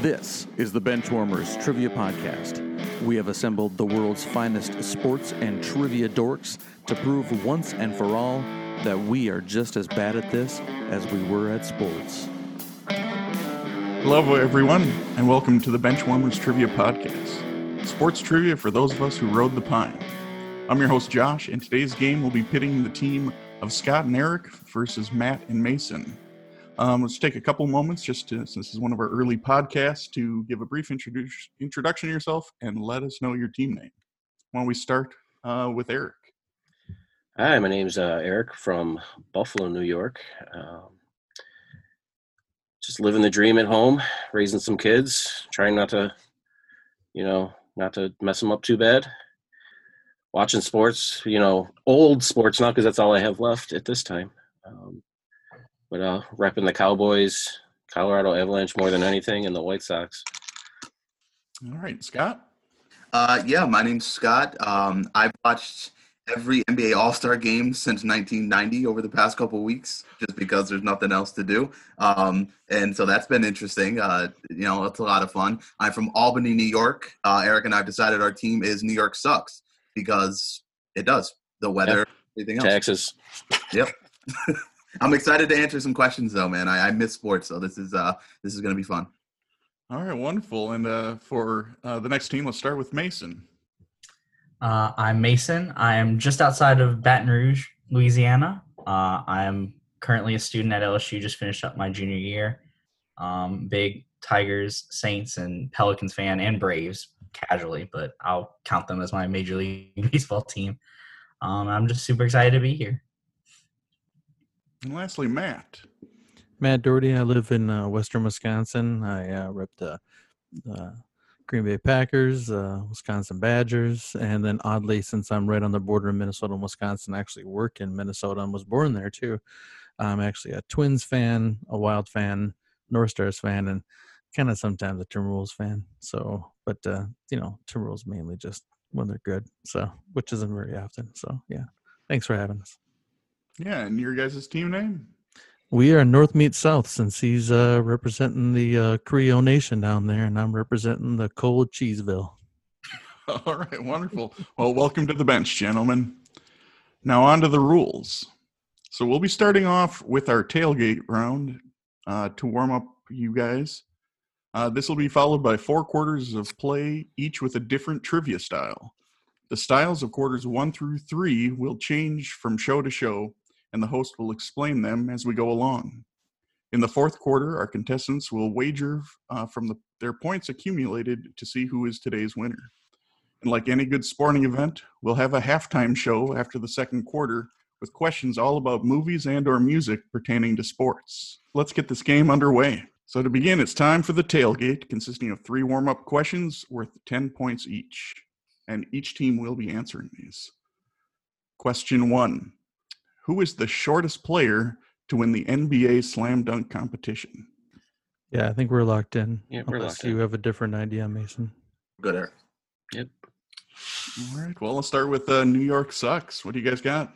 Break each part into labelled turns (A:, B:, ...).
A: This is the Benchwarmers Trivia Podcast. We have assembled the world's finest sports and trivia dorks to prove once and for all that we are just as bad at this as we were at sports.
B: Hello, everyone, and welcome to the Benchwarmers Trivia Podcast. Sports trivia for those of us who rode the pine. I'm your host, Josh, and today's game will be pitting the team of Scott and Eric versus Matt and Mason. Um, let's take a couple moments just to, since this is one of our early podcasts, to give a brief introdu- introduction to yourself and let us know your team name. Why don't we start uh, with Eric?
C: Hi, my name's uh, Eric from Buffalo, New York. Um, just living the dream at home, raising some kids, trying not to, you know, not to mess them up too bad. Watching sports, you know, old sports now because that's all I have left at this time. Um, but uh, repping the Cowboys, Colorado Avalanche more than anything, and the White Sox.
B: All right, Scott.
D: Uh, yeah, my name's Scott. Um, I've watched every NBA All Star game since 1990 over the past couple weeks, just because there's nothing else to do. Um, and so that's been interesting. Uh, you know, it's a lot of fun. I'm from Albany, New York. Uh, Eric and I've decided our team is New York sucks because it does the weather, everything else.
C: Taxes.
D: I'm excited to answer some questions though, man. I, I miss sports, so this is uh, this is gonna be fun.
B: All right, wonderful. And uh, for uh, the next team, let's start with Mason.
E: Uh, I'm Mason. I'm just outside of Baton Rouge, Louisiana. Uh, I'm currently a student at LSU, just finished up my junior year. Um, big Tigers, Saints, and Pelicans fan, and Braves casually, but I'll count them as my Major League Baseball team. Um, I'm just super excited to be here.
B: And lastly, Matt.
A: Matt Doherty, I live in uh, western Wisconsin. I uh, rep the uh, Green Bay Packers, uh, Wisconsin Badgers, and then oddly, since I'm right on the border of Minnesota and Wisconsin, I actually work in Minnesota and was born there too. I'm actually a Twins fan, a Wild fan, North Stars fan, and kind of sometimes a Timberwolves fan. So, but uh, you know, Timberwolves mainly just when they're good, so which isn't very often. So, yeah, thanks for having us.
B: Yeah, and your guys' team name?
A: We are North Meet South since he's uh, representing the uh, Creole Nation down there, and I'm representing the cold Cheeseville.
B: All right, wonderful. Well, welcome to the bench, gentlemen. Now, on to the rules. So, we'll be starting off with our tailgate round uh, to warm up you guys. Uh, this will be followed by four quarters of play, each with a different trivia style. The styles of quarters one through three will change from show to show, and the host will explain them as we go along. In the fourth quarter, our contestants will wager uh, from the, their points accumulated to see who is today's winner. And like any good sporting event, we'll have a halftime show after the second quarter with questions all about movies and or music pertaining to sports. Let's get this game underway. So to begin, it's time for the tailgate consisting of three warm-up questions worth 10 points each, and each team will be answering these. Question 1. Who is the shortest player to win the NBA slam dunk competition?
A: Yeah, I think we're locked in.
C: Yeah, we're
A: unless
C: locked in.
A: you have a different idea, Mason.
D: Good Eric.
B: All right. Well, let's start with uh, New York sucks. What do you guys got?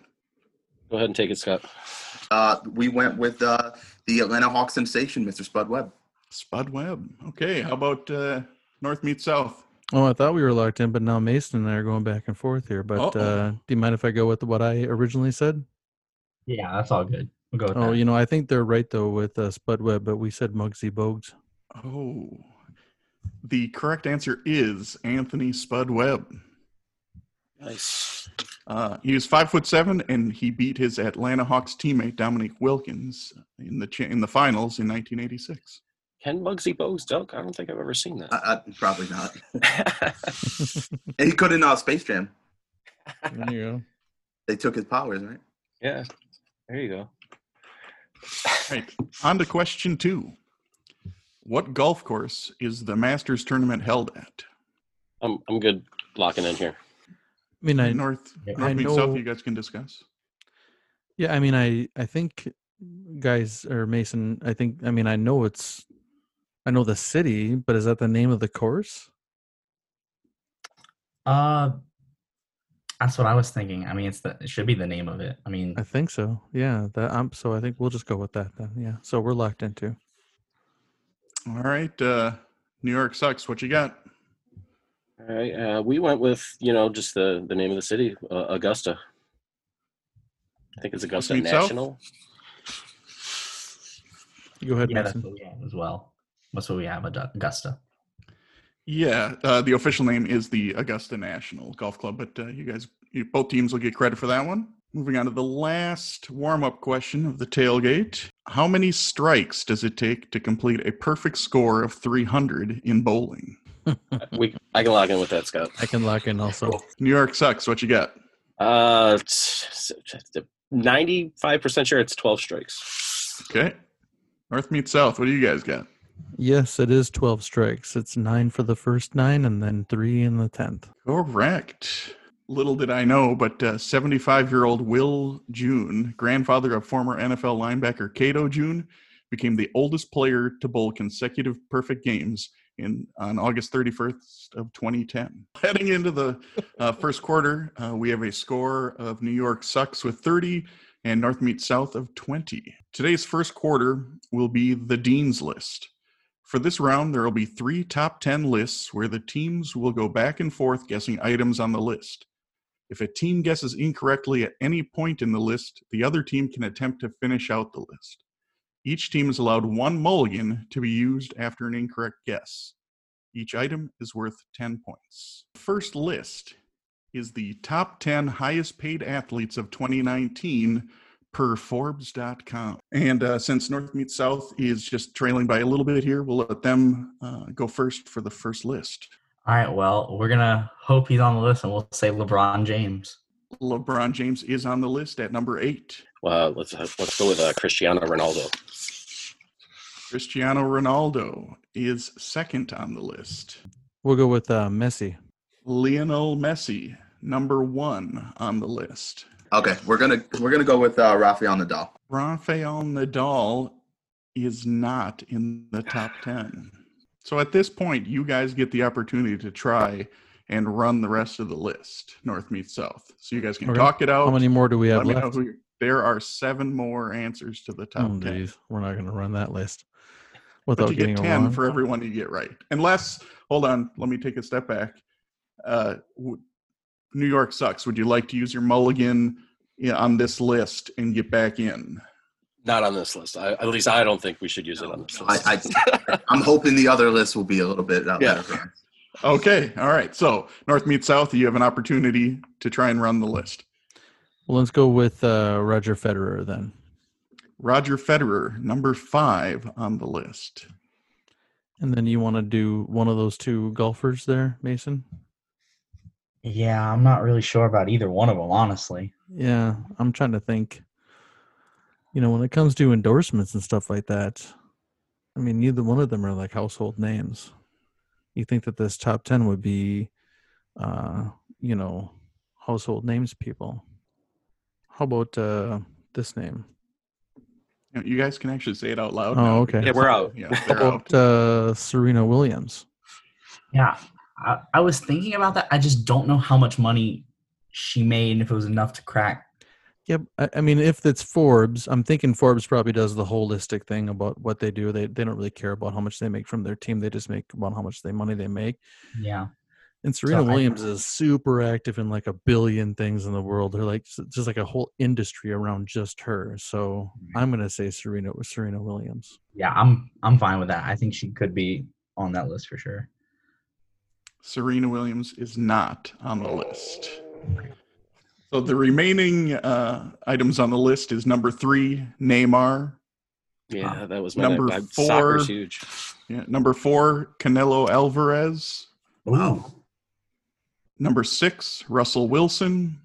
C: Go ahead and take it, Scott.
D: Uh, we went with uh, the Atlanta Hawks sensation, Mr. Spud Webb.
B: Spud Webb. Okay. How about uh, North meets South?
A: Oh, I thought we were locked in, but now Mason and I are going back and forth here. But
B: Uh-oh.
A: uh, do you mind if I go with what I originally said?
E: Yeah, that's all good. We'll go with
A: Oh,
E: that.
A: you know, I think they're right though with uh, Spud Webb, but we said Muggsy Bogues.
B: Oh, the correct answer is Anthony Spud Webb.
C: Nice.
B: Uh, he was five foot seven, and he beat his Atlanta Hawks teammate Dominique Wilkins in the cha- in the finals in 1986.
C: Can Muggsy Bogues dunk? I don't think I've ever seen that.
D: Uh, uh, probably not. And he couldn't uh, Space Jam.
A: There you go.
D: They took his powers, right?
C: yeah, there you go.
B: Right. On to question two. What golf course is the Masters tournament held at?
C: I'm I'm good locking in here.
A: I mean, I
B: North,
E: I
B: North meets South.
A: know-
B: You guys can discuss.
A: yeah, I mean, I I think guys or Mason, I think I mean I know it's I know the city, but is that the name of the course?
E: Uh, that's what I was thinking. I mean, it's the, it should be the name of it. I mean,
A: I think so. Yeah, that um, so I think we'll just go with that then. Yeah, so we're locked into.
B: All right. Uh, New York sucks. What you got?
C: All right. Uh, we went with you know just the the name of the city, uh, Augusta. I think it's Augusta
B: means south?
C: National.
A: Go ahead,
E: Yeah, that's
A: Mason.
E: what we have as well. That's what we have, Ad- Augusta.
B: Yeah, uh, the official name is the Augusta National Golf Club, but uh, you guys, you, both teams will get credit for that one. Moving on to the last warm up question of the tailgate How many strikes does it take to complete a perfect score of 300 in bowling?
C: We I can log in with that, Scott.
A: I can lock in also.
B: New York sucks. What you got?
C: Uh, ninety-five percent sure it's twelve strikes.
B: Okay. North meets South. What do you guys got?
A: Yes, it is 12 strikes. It's nine for the first nine and then three in the 10th.
B: Correct. Little did I know, but 75 year old Will June, grandfather of former NFL linebacker Cato June, became the oldest player to bowl consecutive perfect games in on August 31st of 2010. Heading into the uh, first quarter, uh, we have a score of New York Sucks with 30 and North meets South of 20. Today's first quarter will be the Dean's List. For this round, there will be three top 10 lists where the teams will go back and forth guessing items on the list. If a team guesses incorrectly at any point in the list, the other team can attempt to finish out the list. Each team is allowed one mulligan to be used after an incorrect guess. Each item is worth 10 points. First list is the top 10 highest paid athletes of 2019 per Forbes.com. And uh, since North meets South is just trailing by a little bit here, we'll let them uh, go first for the first list.
E: All right. Well, we're gonna hope he's on the list, and we'll say LeBron James.
B: LeBron James is on the list at number eight.
C: Well, let's let's go with uh, Cristiano Ronaldo.
B: Cristiano Ronaldo is second on the list.
A: We'll go with uh, Messi.
B: Lionel Messi, number one on the list.
D: Okay, we're gonna we're gonna go with uh, Rafael Nadal.
B: Rafael Nadal is not in the top 10. So at this point, you guys get the opportunity to try and run the rest of the list, North meets South. So you guys can
A: Okay.
B: talk it out.
A: How many more do we have
B: Oh, Let me know
A: left?
B: who you- there are seven more answers to the top 10.
A: Oh, geez. We're not going to run that list
B: But
A: without
B: you get
A: getting a
B: 10
A: wrong.
B: for everyone you get right. Unless, hold on, let me take a step back. Uh, w- New York sucks. Would you like to use your mulligan you know, on this list and get back in?
C: Not on this list. I, at least I don't think we should use it on this
D: I,
C: list.
D: I I'm hoping the other list will be a little bit uh,
B: Yeah.
D: better.
B: Okay, all right. So North meets South, you have an opportunity to try and run the list.
A: Well, let's go with uh, Roger Federer then.
B: Roger Federer, number five on the list.
A: And then you want to do one of those two golfers there, Mason?
E: Yeah, I'm not really sure about either one of them, honestly.
A: Yeah, I'm trying to think. You know, when it comes to endorsements and stuff like that, I mean, neither one of them are like household names. You think that this top 10 would be, uh, you know, household names people. How about uh, this name?
B: You, know, you guys can actually say it out loud.
A: Oh,
B: now.
A: okay.
C: Yeah, we're out.
B: Yeah,
A: How
B: they're out.
A: about uh, Serena Williams?
E: Yeah, I, I was thinking about that. I just don't know how much money she made and if it was enough to crack.
A: Yep. I, I mean, if it's Forbes, I'm thinking Forbes probably does the holistic thing about what they do. They, they don't really care about how much they make from their team. They just make about how much they money they make.
E: Yeah.
A: And Serena
E: I-
A: Williams is super active in like a billion things in the world. They're like s- just like a whole industry around just her. So I'm gonna say Serena Serena Williams.
E: Yeah, I'm I'm fine with that. I think she could be on that list for sure.
B: Serena Williams is not on the list. So the remaining uh, items on the list is number three, Neymar.
C: Yeah, that was my
B: Number
C: I-
B: four.
C: Soccer's huge.
B: Yeah, number four, Canelo Alvarez.
E: Wow.
B: Number six, Russell Wilson.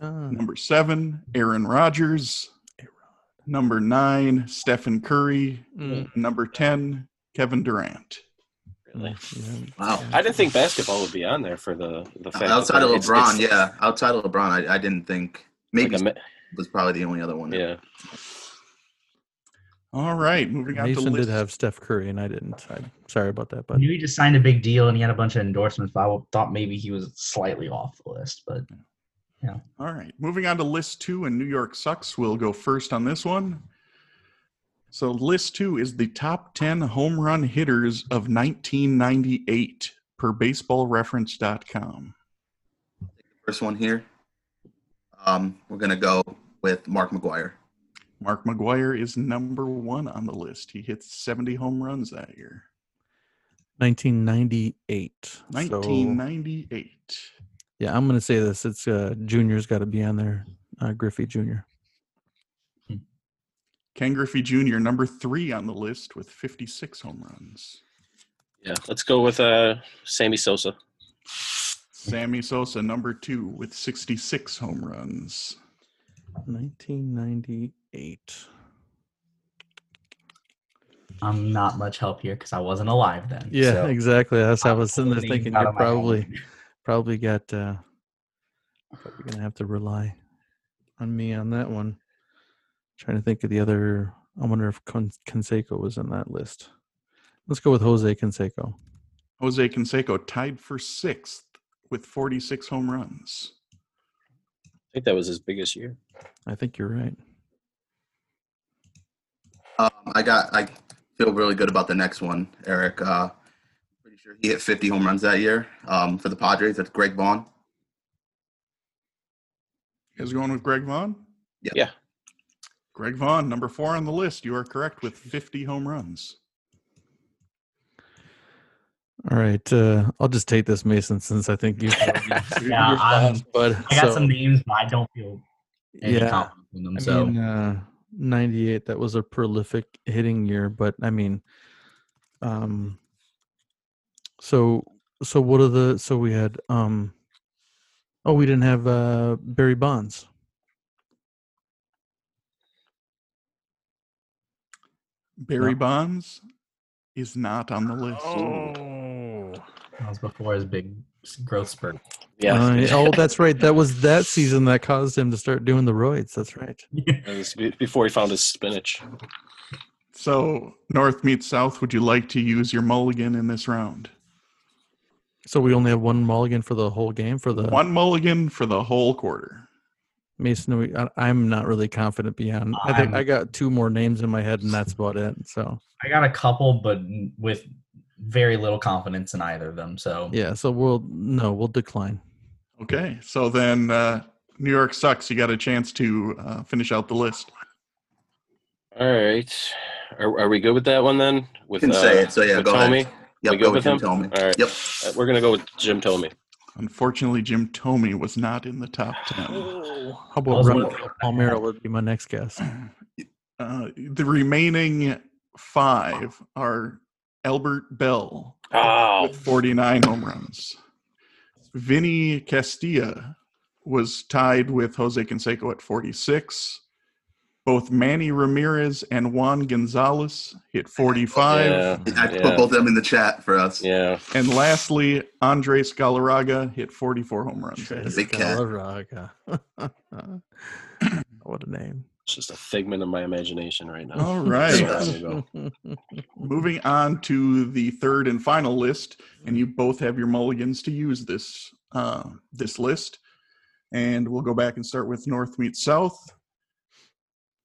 A: Ah,
B: Number seven, Aaron Rodgers. Number nine, Stephen Curry.
A: mm,
B: Number 10, Kevin Durant.
C: Really.
B: Mm-hmm.
A: mm, yeah.
D: Wow.
C: I didn't think basketball would be on there for the the fact
D: Uh, Outside
C: that
D: of
C: it's-
D: LeBron,
C: it's
D: yeah. Outside of LeBron, I, I didn't think
C: like
D: maybe
C: a ma-
D: was probably the only other one.
C: yeah.
B: All right, moving on to
A: Mason
B: list.
A: did have Steph Curry, and I didn't. I'm sorry about that,
E: I
A: but
E: knew he just signed a big deal and he had a bunch of endorsements, but I thought maybe he was slightly off the list. But
B: All right, moving on to list two, and New York sucks. We'll go first on this one. So list two is the top 10 home run hitters of 1998 per baseballreference.com.
D: First one here. Um, we're gonna go with Mark McGuire.
B: Mark McGuire is number one on the list. He hits 70 home runs that year.
A: 1998. So,
B: 1998.
A: yeah, I'm gonna say this. It's uh, Junior's got to be on there. Uh, Griffey Junior.
B: Ken Griffey Jr., number three on the list with 56 home runs.
C: Yeah, let's go with uh, Sammy Sosa.
B: Sammy Sosa, number two with 66 home runs.
A: 1998.
E: I'm not much help here because I wasn't alive then.
A: Yeah,
E: so
A: exactly. That's how I
E: I'm
A: was sitting there
E: totally
A: thinking.
E: out
A: You're
E: of my element.
A: probably probably got uh, probably gonna have to rely on me on that one. Trying to think of the other. I wonder if Con- Canseco was in that list. Let's go with Jose Canseco.
B: Jose Canseco tied for sixth with 46 home runs.
C: I think that was his biggest year.
A: I think you're right.
D: Um, I got. I feel really good about the next one, Eric. Uh, pretty sure he hit 50 home runs that year um, for the Padres. That's Greg Vaughn.
B: You guys going with Greg Vaughn?
D: Yeah.
C: Yeah.
B: Greg Vaughn, number four on the list. You are correct with 50 home runs.
A: All right, uh, I'll just take this, Mason, since I think you.
E: Yeah, I'm-
A: but
E: I got
A: so,
E: some names, but I don't feel any
A: yeah.
E: confidence in them.
A: I
E: so
A: mean, uh, 98, that was a prolific hitting year, but I mean, um, so, so what are the, so we had, um, oh, we didn't have, uh, Barry Bonds.
B: Barry
A: Yeah.
B: Bonds is not on the list.
E: that was before his big growth spurt.
C: Yeah.
A: Uh, oh, that's right. That was that season that caused him to start doing the roids. That's right.
C: That was be- before he found his spinach.
B: So, North meets South, would you like to use your mulligan in this round?
A: So we only have one mulligan for the whole game for the
B: One mulligan for the whole quarter.
A: Mason. We, I, I'm not really confident beyond. I think
E: I'm-
A: I got two more names in my head and that's about it. So
E: I got a couple, but n- with very little confidence in either of them. So
A: yeah, so we'll, no, we'll decline.
B: Okay, so then uh, New York sucks. You got a chance to uh, finish out the list.
C: All right. Are, are we good with that one then? With, uh,
D: Can say it, so yeah,
C: with
D: go ahead.
C: Tommy?
D: Yep,
C: We
D: go
C: good
D: with
C: with
D: Jim
C: him?
D: Tomey.
C: All right.
D: Yep.
C: Uh, We're going to go with Jim Tomey.
B: Unfortunately, Jim Tomey was not in the top 10.
C: Oh.
A: How
E: I
A: about
E: was one
A: Ron
E: of the-
A: Palmero would be my next guess.
B: Uh, the remaining five are Albert Bell
C: Oh,
B: with 49 home runs. Vinny Castilla was tied with Jose Canseco at 46. Both Manny Ramirez and Juan Gonzalez hit 45.
C: yeah.
D: I put
C: Yeah.
D: both of them in the chat for us.
C: Yeah.
B: And lastly, Andres Galarraga hit 44 home runs.
D: Big cat.
A: Galarraga. what a name.
C: It's just a figment of my imagination right now.
B: All
C: That's
B: right.
C: where I'm gonna go.
B: Moving on to the third and final list, and you both have your mulligans to use this uh, this list. And we'll go back and start with North meets South.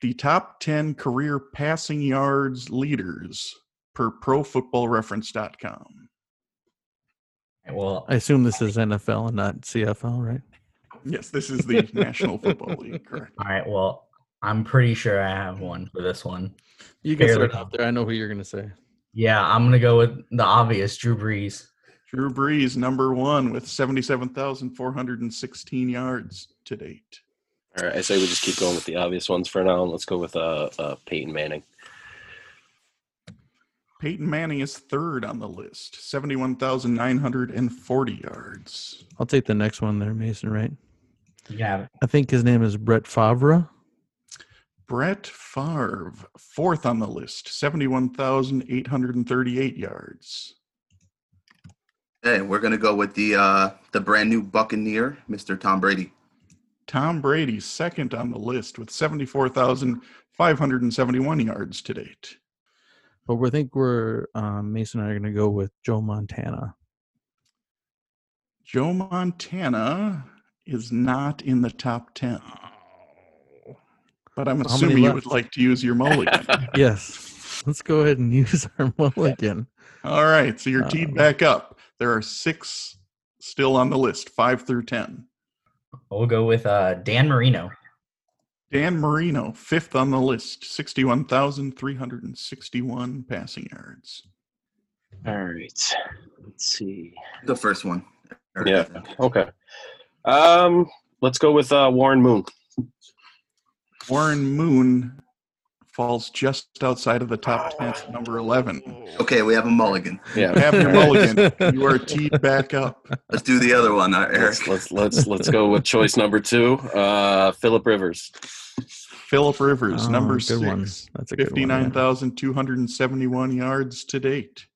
B: The top ten career passing yards leaders per ProFootballReference.com.
E: well,
A: I assume this is NFL and not CFL, right?
B: Yes, this is the National Football League. Correct.
E: all right. Well, I'm pretty sure I have one for this one.
A: You can
E: Barely.
A: start out there. I know who you're going to say.
E: Yeah, I'm gonna go with the obvious, Drew Brees.
B: Drew Brees, number one, with seventy-seven thousand four hundred and sixteen yards to date.
C: All right. I say we just keep going with the obvious ones for now. And let's go with uh, uh, Peyton Manning.
B: Peyton Manning is third on the list, 71,940 yards.
A: I'll take the next one there, Mason, right?
E: You can have it.
A: I think his name is Brett Favre.
B: Brett Favre, fourth on the list, 71,838 yards.
D: Okay, we're gonna go with the uh, the brand new Buccaneer, Mr. Tom Brady.
B: Tom Brady, second on the list, with 74,571 yards to date.
A: But we think we're, um, Mason and I are going to go with Joe Montana.
B: Joe Montana is not in the top 10. But I'm
A: many
B: assuming you
A: left?
B: would like to use your mulligan.
A: Yes. let's go ahead and use our mulligan.
B: All right, so you're
A: Uh,
B: teed back up. There are six still on the list, five through ten.
E: We'll go with uh, Dan Marino.
B: Dan Marino, fifth on the list, sixty-one thousand three hundred and sixty-one passing yards.
C: All right. Let's see.
D: The first one. Eric, I
C: Yeah.
D: think.
C: Okay. Um, let's go with uh, Warren Moon.
B: Warren Moon falls just outside of the top ten, at number eleven.
D: Okay, we have a mulligan.
C: Yeah.
B: Have your mulligan. You are teed back up.
D: Let's do the other one, uh,
C: Let's,
D: Eric.
C: let's let's let's go with choice number two, uh, Philip Rivers.
B: Philip Rivers,
A: Oh,
B: number
A: good
B: six.
A: one. That's a good one, yeah.
B: 59,271 yards to date.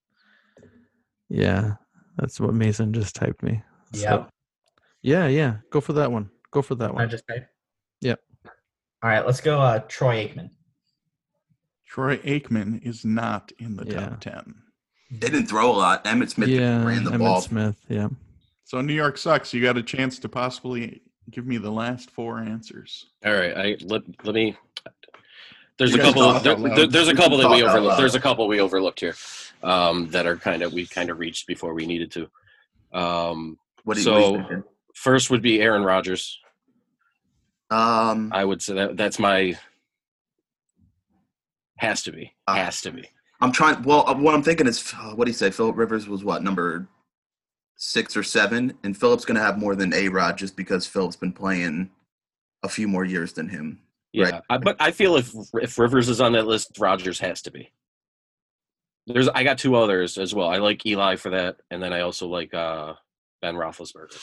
A: Yeah, that's what Mason just typed me. So-
E: Yeah.
A: yeah, yeah. Go for that one. Go for that
E: I
A: one.
E: just typed?
A: Yep.
E: All right, let's go uh, Troy Aikman.
B: Troy Aikman is not in the
A: Yeah.
B: top 10.
D: They didn't throw a lot. Emmett Smith
A: yeah,
D: ran the
A: Emmitt
D: ball.
A: Smith. Yeah.
B: So New York sucks. You got a chance to possibly give me the last four answers.
C: All right, I let let me. There's
B: You
C: a
B: guys
C: couple.
B: talk
C: there-
B: out loud.
C: there- there's a
D: You
C: couple that
D: talk
C: we
D: out
C: overlooked.
D: loud.
C: There's a couple we overlooked here, um, that are kind of we kind of reached before we needed to. Um,
D: What do you,
C: So-
D: what do you think?
C: first would be Aaron Rodgers.
D: Um,
C: I would say that that's my has to be
D: Ah.
C: has to be.
D: I'm trying. Well, uh, what I'm thinking is, uh, what do you say? Philip Rivers was what number six or seven, and Philip's going to have more than A Rod just because Philip's been playing a few more years than him.
C: Yeah,
D: Right.
C: I, but I feel if if Rivers is on that list, Rodgers has to be. There's I got two others as well. I like Eli for that, and then I also like uh, Ben Roethlisberger.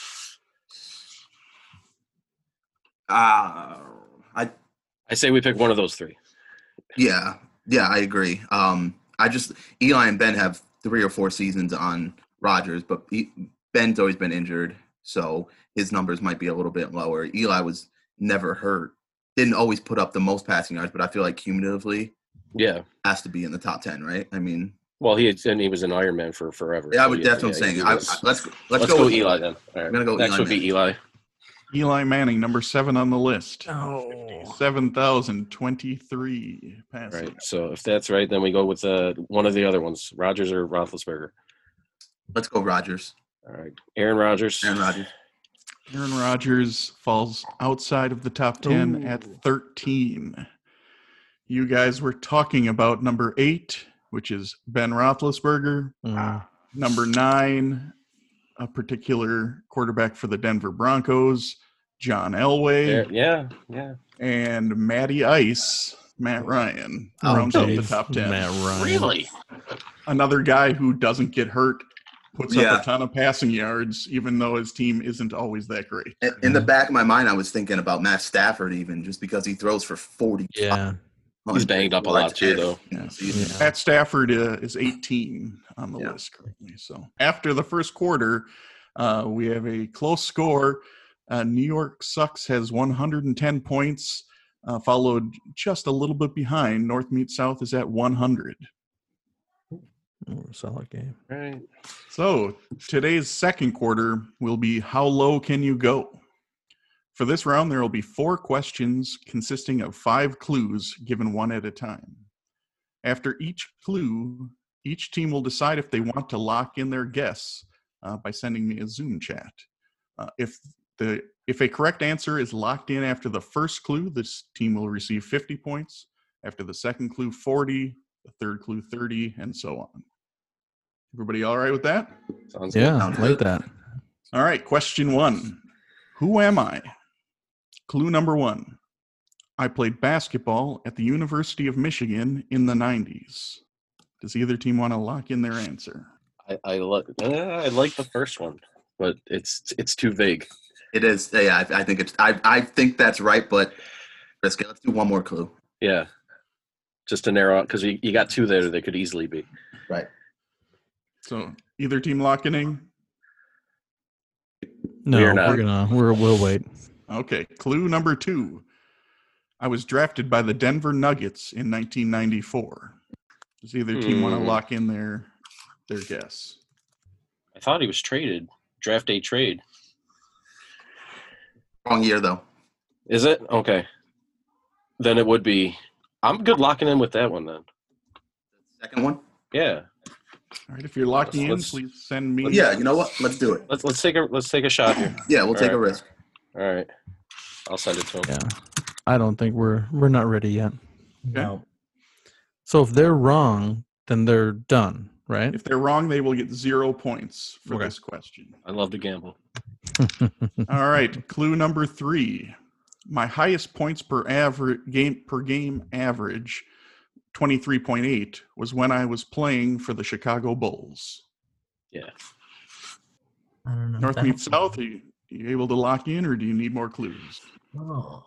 D: Ah, I
C: I say we pick one of those three.
D: yeah, yeah, I agree. Um, I just Eli and Ben have three or four seasons on Rodgers, but he, Ben's always been injured, so his numbers might be a little bit lower. Eli was never hurt, didn't always put up the most passing yards, but I feel like cumulatively
C: Yeah.
D: has to be in the top ten, right? I mean.
C: Well, he had, and he was an Iron Man for forever.
D: Yeah, I
C: so Oh,
D: would,
C: yeah,
D: that's what I'm
C: yeah,
D: saying.
C: he
D: I, I,
C: was-
D: let's let's,
C: let's,
D: go,
C: go,
D: with
C: Eli then. All right.
D: I'm gonna go
C: Next
D: Eli
C: would be Eli.
B: Eli Manning, number seven on the list.
A: Oh.
B: 7,023
C: All
B: passing.
C: right. So if that's right, then we go with uh, one of the other ones: Rogers or Roethlisberger.
D: Let's go Rogers.
C: All right. Aaron Rodgers.
D: Aaron Rodgers.
B: Aaron Rodgers falls outside of the top 10 at
C: Ooh.
B: 13. You guys were talking about number eight, which is Ben Roethlisberger.
A: Mm.
B: Number nine, a particular quarterback for the Denver Broncos, John Elway,
C: There- yeah. Yeah.
B: and Matty Ice, Matt Ryan,
A: Oh,
B: rounds out the
A: geez,
B: top 10.
A: Matt Ryan.
B: Another guy who doesn't get hurt, puts
D: Yeah.
B: up a ton of passing yards, even though his team isn't always that great.
D: In, in
C: Mm-hmm.
D: the back of my mind, I was thinking about Matt Stafford, even just because he throws for forty.
A: Yeah.
C: He's banged up a lot too, though.
B: Yeah.
D: season.
A: Yeah.
B: Matt Stafford uh, is 18 on the
D: Yeah.
B: list currently. So after the first quarter, uh, we have a close score. Uh, New York Sucks has 110 points, uh, followed just a little bit behind. North Meet South is at 100.
A: Ooh, Solid game.
C: All right.
B: So today's second quarter will be How Low Can You Go? For this round, there will be four questions consisting of five clues given one at a time. After each clue, each team will decide if they want to lock in their guess uh, by sending me a Zoom chat. Uh, if the if a correct answer is locked in after the first clue, this team will receive 50 points. After the second clue, 40. The third clue, 30, and so on. Everybody, all right with that?
C: Sounds good.
A: Yeah,
D: Sounds good.
A: like that.
B: All right, question one Who am I? Clue number one I played basketball at the University of Michigan in the 90s. Does either team want to lock in their answer?
C: I, I like uh, I like the first one, but it's it's too vague.
D: It is. Yeah, I, I think it's. I I think that's right, but risk it. Let's do one more clue.
C: Yeah, just to narrow out because you, you got two there that could easily be.
B: So, either team locking in?
A: No,
C: We
A: we're,
C: are not.
A: gonna we're we'll wait.
B: Okay, clue number two I was drafted by the Denver Nuggets in 1994. Does either team want to
C: Hmm.
B: lock in their their guess?
C: I thought he was traded draft day trade.
D: Wrong year though.
C: Is it okay? Then it would be. I'm good locking in with that one then.
D: Second one?
C: Yeah,
B: All right, if you're locking in,
C: Let's-
B: please send me.
D: Yeah, you know what? Let's do it.
C: let's let's take a let's take a shot here.
D: Yeah, we'll take a
C: All right.
D: risk.
C: All right, I'll send it to him.
A: Yeah, I don't think we're we're not ready yet.
E: No.
A: So if they're wrong, then they're done, right?
B: If they're wrong, they will get zero points for
A: Okay.
B: this question.
C: I love to gamble.
B: All right, clue number three. My highest points per average game per game average, twenty three point eight, was when I was playing for the Chicago Bulls.
C: Yeah,
E: I don't know.
B: North
E: That-
B: meets South. Are you, are you able to lock in, or do you need more clues?
E: Oh.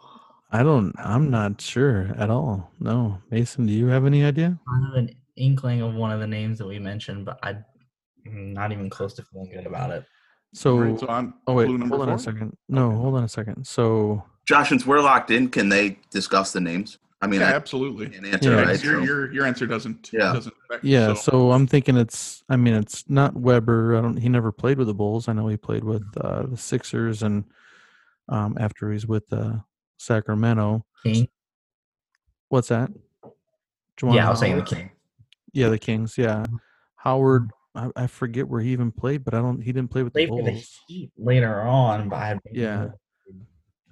A: I don't. I'm not sure at all. No, Mason, do you have any idea?
E: I have an inkling of one of the names that we mentioned, but I'm not even close to feeling good about it.
A: So,
B: All right, so on
A: oh wait,
B: clue
A: hold
B: number
A: on
B: four.
A: a second. No,
B: Okay.
A: hold on a second. So
D: Josh, since we're locked in, can they discuss the names? I mean,
B: Yeah,
D: I
B: absolutely.
D: can answer,
A: Yeah.
B: Your-
D: right?
B: Your,
D: So-
B: your, your answer doesn't
D: Yeah.
B: doesn't affect.
A: yeah, so,
B: so,
A: I'm thinking it's. I mean, it's not Weber. I don't. He never played with the Bulls. I know he played with
E: Mm-hmm.
A: uh, the Sixers, and um, after he's with uh, Sacramento,
E: King?
A: what's that? Juwan
E: Yeah, I was saying the mm-hmm.
A: Howard.
E: king.
A: Yeah, the Kings. Yeah, Howard.
E: Mm-hmm.
A: I, I forget where he even played, but I don't. He didn't play with the
E: Played for the
A: Bulls.
E: Heat later on, but I
A: Yeah.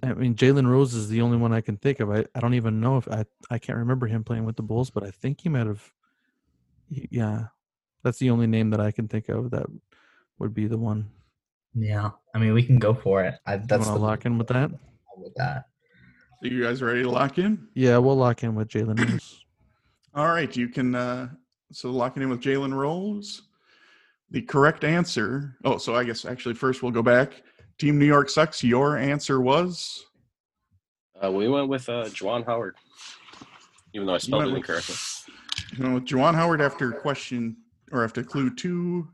A: I mean, Jalen Rose is the only one I can think of. I, I don't even know if I I can't remember him playing with the Bulls, but I think he might have. y- Yeah, that's the only name that I can think of that would be the one.
E: Yeah, I mean we can go for it. I, that's
A: wanna
E: the-
A: lock in with that?
E: With that,
B: so you guys ready to lock in?
A: Yeah, we'll lock in with Jalen Rose.
B: All right, you can. Uh, so locking in with Jalen Rolls. The correct answer. Oh, so I guess actually first we'll go back. Team New York sucks. Your answer was
C: Uh, we went with uh, Juwan Howard, even though I
B: you
C: spelled
B: went
C: it
B: with,
C: incorrectly.
B: you went with Juwan Howard after question or after clue two.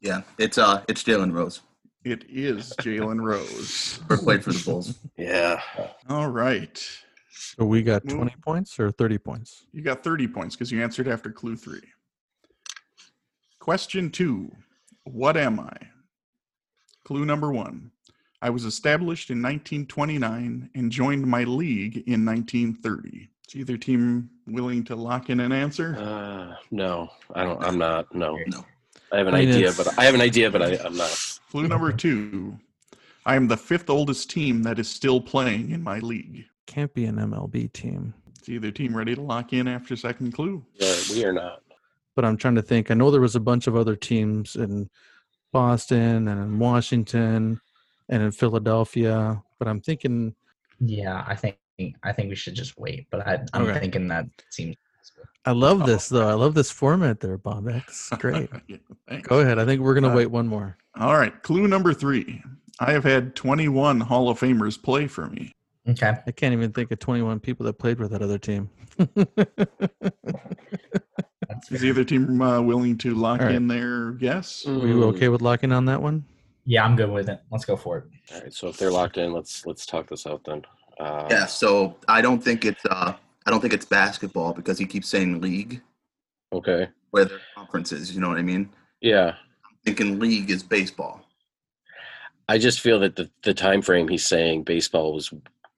D: Yeah, it's uh, it's Jalen Rose.
B: It is Jalen Rose.
D: Or played for the Bulls.
C: Yeah,
B: All right,
A: So we got
B: Move.
E: Mm-hmm.
A: twenty points or thirty points.
B: you got thirty points because you answered after clue three. Question two: What am I? Clue number one. I was established in 1929 and joined my league in 1930. Is either team willing to lock in an answer?
C: uh, no, I don't. I'm not. No,
D: No.
C: I have an
A: I mean,
C: idea,
A: it's-
C: but I have an idea, but I, I'm not.
B: Clue number two. I am the fifth oldest team that is still playing in my league.
A: Can't be an MLB team.
B: Is either team ready to lock in after second clue?
C: Yeah, we are not.
A: but I'm trying to think. I know there was a bunch of other teams in Boston and in Washington and in Philadelphia, but I'm thinking
E: yeah, I think I think we should just wait. But I, I'm
A: Okay.
E: thinking that seems.
A: I love
C: Oh,
A: this though. I love this format there, Bob. That's great.
B: Yeah, thanks.
A: Go ahead. I think we're gonna
B: Uh,
A: wait one more.
B: All right. Clue number three. I have had 21 Hall of Famers play for me.
E: Okay,
A: I can't even think of 21 people that played with that other team.
E: that's
B: Is
E: fair.
B: either team uh, willing to lock
A: All right. Mm.
B: in their guess?
A: Were you
C: Hmm.
A: okay with locking on that one?
E: yeah, I'm good with it. Let's go for it.
C: All right, so if they're locked in, let's let's talk this out then. Uh,
D: Yeah, so I don't think it's uh, I don't think it's basketball because he keeps saying league
C: Okay.
D: where there are conferences. You know what I mean?
C: Yeah,
D: I'm thinking league is baseball.
C: I just feel that the the time frame he's saying baseball was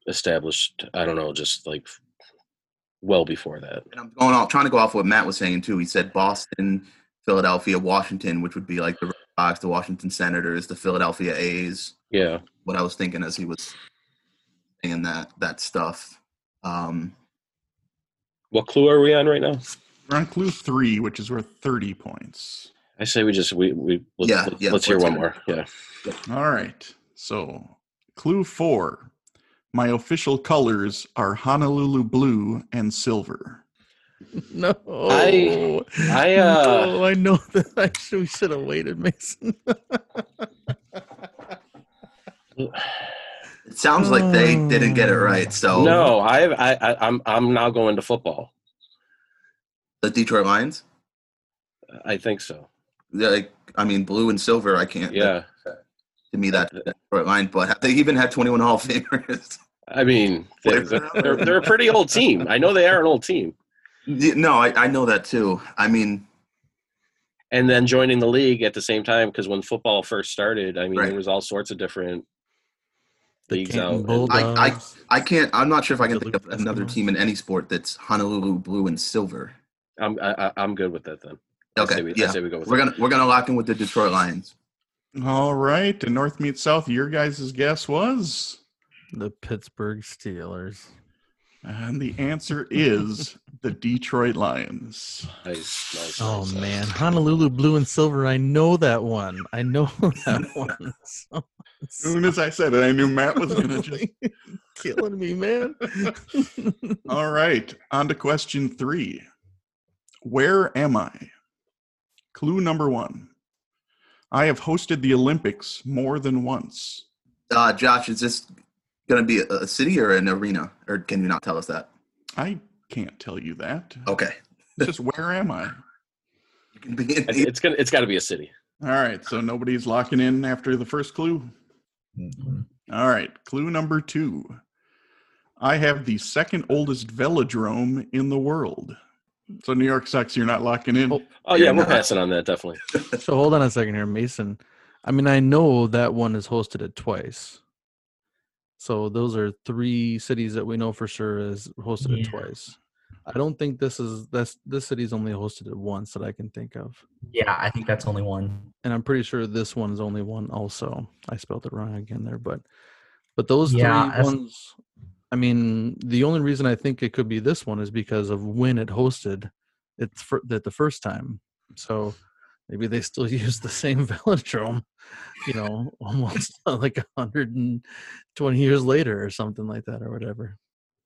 C: established. I don't know, just like well before that.
D: And I'm going off, trying to go off what Matt was saying too. He said Boston, Philadelphia, Washington, which would be like the Red Sox, the Washington Senators, the Philadelphia A's.
C: Yeah.
D: What I was thinking as he was saying that that stuff. Um,
C: What clue are we on right now?
B: We're on clue three, which is worth 30 points.
C: I say we just we we let's,
D: Yeah,
C: let's,
D: yeah,
C: let's hear
D: let's
C: one
D: hear
C: more. Yeah.
B: All right. So, clue four. My official colors are Honolulu blue and silver.
A: No.
C: I- I, uh,
A: no, I know that I should, we should have waited, Mason.
D: it sounds like they didn't get it right. So
C: No, I've, I I I'm I'm now going to football.
D: the Detroit Lions.
C: I think so.
D: they're Like I mean, blue and silver. I can't.
C: Yeah.
D: To me, that that Detroit Lions. But have they even had 21 Hall of Famers?
C: I mean, they're,
D: Wait.
C: they're they're a pretty old team. I know they are an old team.
D: Y- No, I, I know that too. I mean,
C: And then joining the league at the same time because when football first started, I mean,
D: Right.
C: there was all sorts of different
A: The
C: leagues out.
A: Canton
C: and-
A: Bulldogs.
D: I- I can't. I'm not sure if I can think of
A: Duluth
D: another
A: Eskimos.
D: team in any sport that's Honolulu blue and silver.
C: I'm I, I- I'm good with that then. I
D: Okay,
C: say we, I
D: yeah,
C: say we go with
D: we're
C: that.
D: gonna we're gonna lock in with the Detroit Lions.
B: All right. And North meets South, your guys' guess was?
A: The Pittsburgh Steelers.
B: And the answer is the Detroit Lions.
C: Nice, nice,
A: Oh
C: nice, nice.
A: man, Honolulu Blue and Silver. I know that one. I know that one. So-
B: As soon as I said it, I knew Matt was going to just.
A: killing me, man.
B: All right. On to question three Where am I? Clue number one I have hosted the Olympics more than once.
D: Uh, Josh, is this gonna be a, a city or an arena, or can you not tell us that?
B: I can't tell you that.
D: Okay,
B: It's just where am I?
D: you can be in
C: It's- It's gonna it's got to be a city.
B: All right. So nobody's locking in after the first clue.
A: Mm-hmm.
B: All right. Clue number two. I have the second oldest velodrome in the world. So New York sucks. You're not locking in.
A: Oh.
C: Oh yeah,
D: Yeah,
C: we're
D: no.
C: passing on that definitely.
A: so hold on a second here, Mason. I mean, I know that one has hosted it twice. So those are three cities that we know for sure has hosted it
E: Yeah.
A: twice. I don't think this is that's this city's only hosted it once that I can think of.
E: Yeah, I think that's only one.
A: and I'm pretty sure this one's only one also. I spelled it wrong again there, but but those
E: Yeah,
A: three
E: that's-
A: ones I mean, the only reason I think it could be this one is because of when it hosted it's for that the first time. So maybe they still use the same velodrome, you know, almost like 120 years later or something like that or whatever.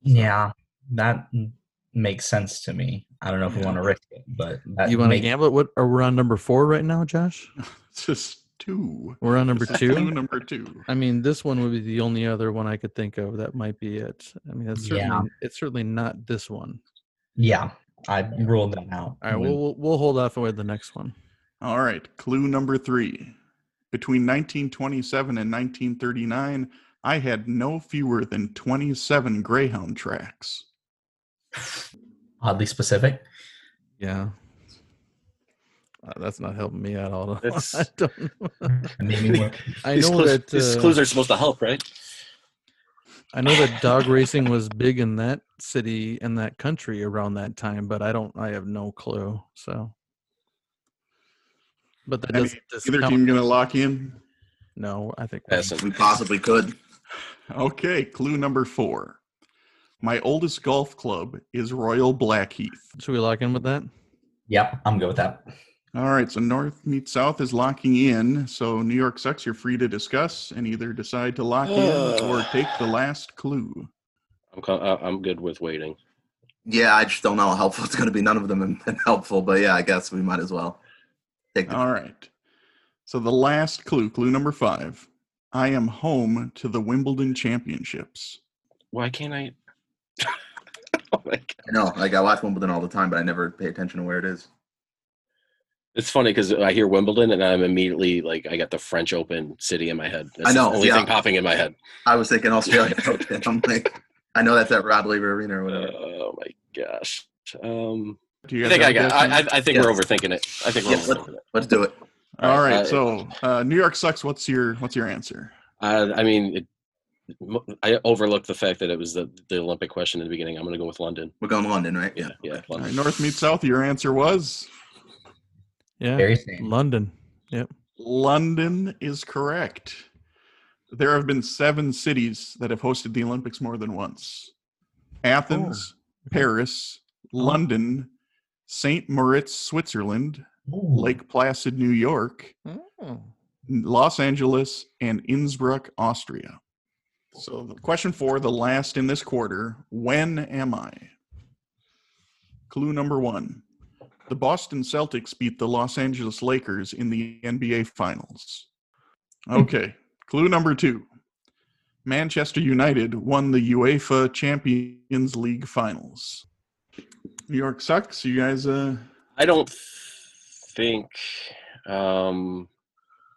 E: Yeah, that m- makes sense to me. I don't know if we
B: Yeah.
E: want to risk it, but that
A: you want to
E: make-
A: gamble? What are we on number 4 right now, Josh?
B: It's just two.
A: We're on number
B: This is
A: 2.
B: Clue number two.
A: I mean, this one would be the only other one I could think of that might be it. I mean, that's certainly
E: Yeah.
A: it's certainly not this one.
E: Yeah, I ruled that out.
A: All right, we'll we'll, we'll hold off and wait the next one.
B: All right. Clue number three. Between 1927 and 1939, I had no fewer than 27 Greyhound tracks.
E: Oddly specific.
A: Yeah, Uh, that's not helping me at all.
C: That's-
A: I don't. know.
E: Maybe we're-
A: I
C: these
A: know
C: clues,
A: that
C: these
A: uh,
C: clues are supposed to help, right?
A: I know that dog racing was big in that city and that country around that time, but I don't. I have no clue. So, but that
B: I mean,
A: doesn't
B: Either
A: discount.
B: team going to lock in?
A: no, I think
C: Passing.
D: we possibly could.
B: Okay. Clue number four. My oldest golf club is Royal Blackheath.
A: should we lock in with that?
E: Yep, I'm good with that.
B: All right, so North meets South is locking in. So New York sucks. You're free to discuss and either decide to lock in or take the last clue.
C: I'm co- I- I'm good with waiting.
D: Yeah, I just don't know how helpful it's gonna be. None of them have been helpful, but yeah, I guess we might as well take the
B: All right. So the last clue, clue number five. I am home to the Wimbledon Championships.
C: Why can't I? oh my God.
D: I know, like I watch Wimbledon all the time, but I never pay attention to where it is.
C: It's funny because I hear Wimbledon and I'm immediately like I got the French Open city in my head. That's
D: know,
C: the only
D: yeah.
C: thing popping in my head.
D: I was thinking Australia. Open. I'm like, I know that's at Rod Laver Arena or whatever.
C: Oh my gosh. Um,
B: Do you
C: I think I
B: have a
C: got. I,
B: guess?
C: I, I think
D: Yes.
C: we're overthinking it. I think we're
D: Yes,
C: overthinking it.
D: Let's do it.
B: All right.
C: I-
B: so uh, New York sucks. What's your What's your answer?
C: Uh, I mean, it, mo- I overlooked the fact that it was the, the Olympic question in the beginning. I'm going to go with London.
D: We're going to London, right?
C: Yeah, yeah,
B: All right,
C: London.
B: North meets South. Your answer was
A: Yeah,
E: Very same.
A: London.
B: London is correct. There have been seven cities that have hosted the Olympics more than once Athens,
C: Oh,
B: Paris, London, St. Moritz, Switzerland,
E: Ooh,
B: Lake Placid, New York,
D: Oh.
B: Los Angeles, and Innsbruck, Austria. So, the question four, the last in this quarter when am I? Clue number one The Boston Celtics beat the Los Angeles Lakers in the NBA Finals. Okay. Clue number two Manchester United won the UEFA Champions League Finals. New York sucks. You guys, uh,
C: I don't think um,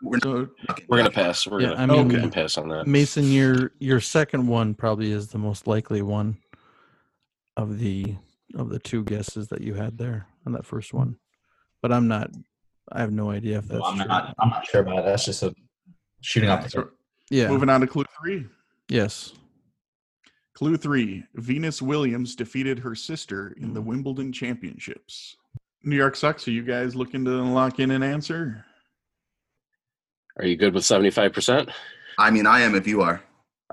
D: We're not
B: so
C: we're going to pass. We're
A: Yeah,
C: going
A: I
C: to
A: mean, Mm.
B: Okay.
C: pass on that.
A: Mason, your your second one probably is the most likely one of the of the two guesses that you had there on that first one. But I'm not. I have no idea if
E: no,
A: that's
E: I'm
A: true.
E: not. I'm not sure about it. That's just a shooting off the.
B: so
A: Yeah.
B: moving on to clue three.
A: Yes.
B: Clue three Venus Williams defeated her sister in the Wimbledon Championships. New York sucks. Are you guys looking to lock in an answer?
C: Are you good with 75%?
D: I mean, I am if you are.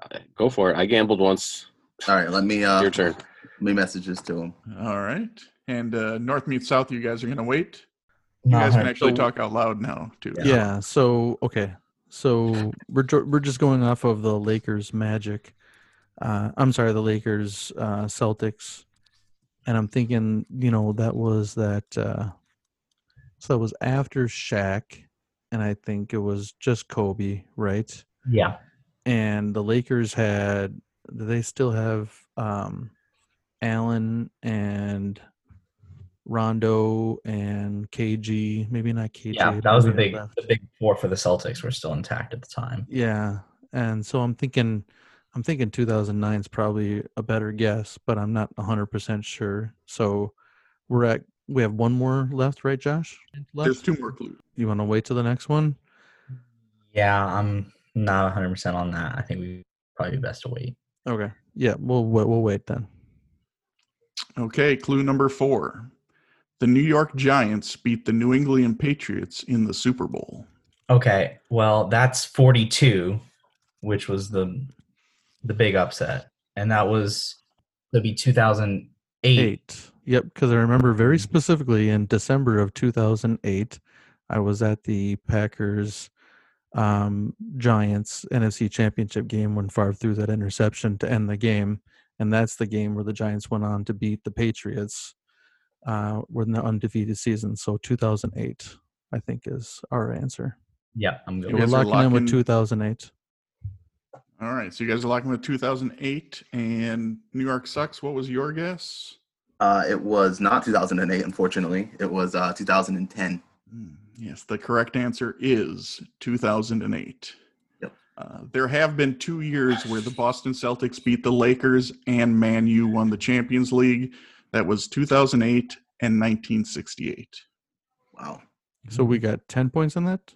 C: Uh, Go for it. I gambled once.
D: All right, let me uh,
C: Your turn.
D: let me message this to him.
B: All right. And uh, North meets South. You guys are going to wait. You
E: No,
B: guys can
E: I-
B: actually
A: So-
B: talk out loud now, too.
A: Yeah. So okay. So we're jo- we're just going off of the Lakers Magic. Uh, I'm sorry, the Lakers uh, Celtics, and I'm thinking, you know, that was that. Uh, so it was after Shaq, and I think it was just Kobe, right?
E: yeah.
A: And the Lakers had. do They still have um, Allen and Rondo and KG. Maybe not KG.
E: Yeah, that was the
A: probably
E: big
A: had left.
E: the big four for the Celtics were still intact at the time.
A: Yeah, and so I'm thinking, I'm thinking 2009 is probably a better guess, but I'm not 100 percent sure. So we're at we have one more left, right, Josh?
B: There's
A: Left.
B: two more clues.
A: You want to wait till the next one?
E: Yeah, I'm not 100 percent on that. I think we probably be best to wait.
A: Okay. Yeah, we'll wa- we'll wait then.
B: Okay. Clue number four The New York Giants beat the New England Patriots in the Super Bowl.
E: Okay, well that's 42, which was the the big upset, and that was that'd be 2008.
A: Eight. Mm. Yep, because I remember very specifically in December of 2008, I was at the Packers um, Giants NFC Championship game when Favre threw that interception to end the game, and that's the game where the Giants went on to beat the Patriots uh, in the undefeated season. So 2008, I think, is our answer.
E: Yeah, I'm
B: It
E: good.
A: And
B: was-
A: We're
B: guys are
A: locking in with
B: locking-
A: 2008.
B: All right. So you guys are locking with 2008 and New York sucks. What was your guess?
D: Uh, it was not 2008, unfortunately. It was uh, 2010.
B: Hmm, Yes, the correct answer is 2008.
D: Yep.
B: Uh, there have been two years where the Boston Celtics beat the Lakers and Man U won the Champions League. That was 2008 and 1968.
D: Wow.
A: So we got 10 points on that,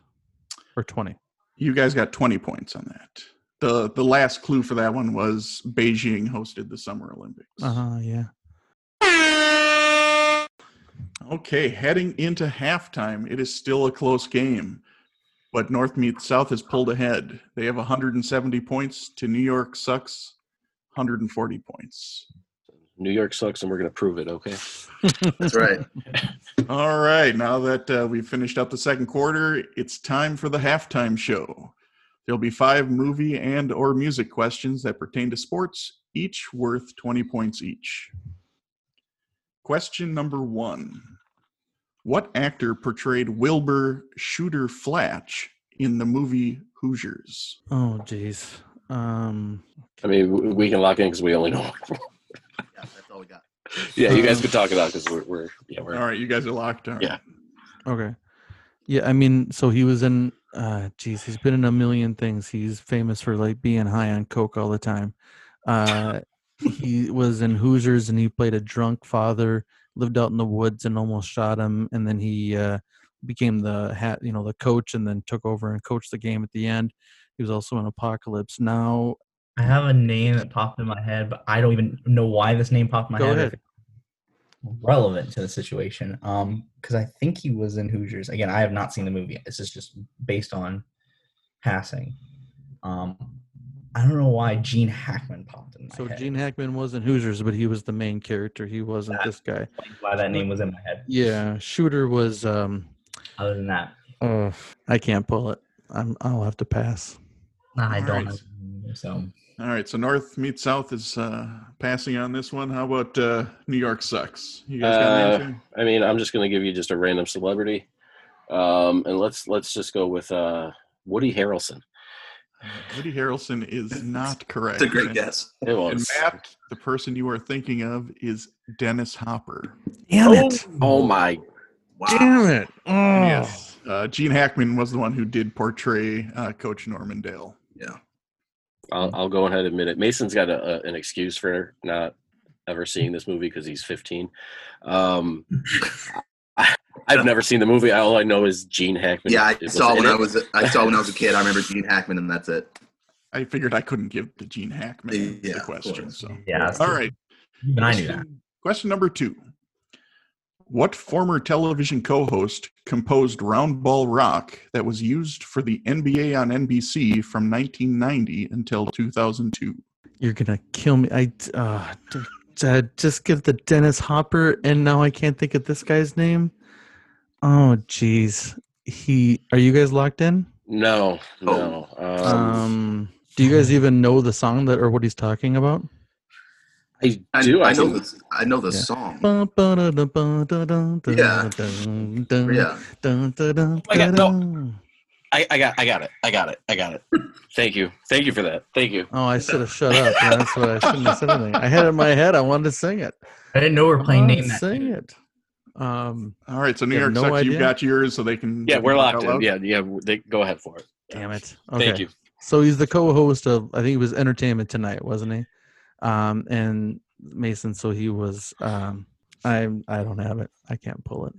A: or 20.
B: You guys got 20 points on that. The the last clue for that one was Beijing hosted the Summer Olympics.
A: Uh huh. Yeah.
B: Okay, heading into halftime, it is still a close game, but North meets South has pulled ahead. They have 170 points to New York sucks 140 points.
C: New York sucks, and we're going to prove it, okay?
D: That's right.
B: All right, now that uh, we've finished up the second quarter, it's time for the halftime show. There'll be five movie and or music questions that pertain to sports, each worth 20 points each. Question number 1. What actor portrayed Wilbur Shooter Flatch in the movie Hoosiers?
A: Oh, geez. Um,
C: I mean, w- we can lock in because we only know.
D: yeah, that's all we got.
C: yeah, you guys could talk about because we're, we're, yeah,
B: All
C: we're,
B: right, you guys are locked on.
C: Yeah.
A: Okay. Yeah, I mean, so he was in uh geez, he's been in a million things. He's famous for like being high on coke all the time. Uh he was in Hoosiers and he played a drunk father, lived out in the woods and almost shot him, and then he uh became the hat you know, the coach and then took over and coached the game at the end. He was also in Apocalypse Now.
E: I have a name that popped in my head, but I don't even know why this name popped in my
A: Go
E: head.
A: ahead.
E: Relevant to the situation, um, because I think he was in Hoosiers. Again, I have not seen the movie. This is just based on passing. Um, I don't know why Gene Hackman popped in my
A: So
E: head.
A: Gene Hackman was in Hoosiers, but he was the main character. He wasn't this guy.
E: Like, why that name was in my head.
A: Yeah, Shooter was um
E: Other than that,
A: Uh, I can't pull it. I'm. I'll have to pass.
E: I don't.
B: Alright.
E: Know, so
B: All right, so North meets South is uh, passing on this one. How about uh, New York sucks? You guys got an
C: Uh,
B: answer?
C: I mean, I'm just going to give you just a random celebrity, um, and let's let's just go with uh, Woody Harrelson.
B: Woody Harrelson is not correct.
D: That's a great guess.
C: It
B: And
C: was.
B: Matt, the person you are thinking of is Dennis Hopper.
A: Damn
C: Oh, oh my!
D: Wow.
A: it! Oh.
B: And Yes, uh, Gene Hackman was the one who did portray uh, Coach Norman Dale.
D: Yeah.
C: I'll, I'll go ahead and admit it. Mason's got a, a, an excuse for not ever seeing this movie because he's 15. Um, I, I've never seen the movie. All I know is Gene Hackman.
D: Yeah, I
C: was
D: saw
C: in
D: when
C: it.
D: I was I saw when I was a kid. I remember Gene Hackman, and that's it.
B: I figured I couldn't give the Gene Hackman
D: Yeah,
B: the
D: of
B: question.
D: course.
B: So,
E: yeah.
B: all right.
E: Even I knew that.
B: Question number two. What former television co host composed Round Ball Rock that was used for the NBA on NBC from 1990 until 2002?
A: You're gonna kill me. I uh, d- uh, just give the Dennis Hopper, and now I can't think of this guy's name. Oh, jeez. He. Are you guys locked in?
C: No, no.
D: Oh.
C: Um,
A: Um. Do you guys even know the song that or what he's talking about?
C: I
D: I,
C: do. I,
D: I know
C: think-
D: the I know the
A: Yeah.
D: song.
A: Yeah.
D: Yeah. Yeah.
C: my God, I, I got. I got it. I got it. I got it. Thank you. Thank you for that. Thank you.
A: Oh, I should have shut up. Yeah, that's what I shouldn't have said anything. I had it in my head. I wanted to sing it.
E: I didn't know we were
A: I
E: playing
A: wanted
E: name
A: to
E: that.
A: Sing it. Um,
B: All right, so New
A: You
B: York
A: have no
B: sucks. You've
A: idea?
B: got yours, so they can.
C: Yeah,
B: they
C: we're
B: can talk
C: locked
B: out
C: in.
B: loud?
C: Yeah, yeah. They, go ahead for it.
A: damn it. Okay.
C: Thank you.
A: So he's the co-host of I think it was Entertainment Tonight, wasn't he? Um, and Mason. So he was. Um, I I don't have it. I can't pull
C: Um,
A: it.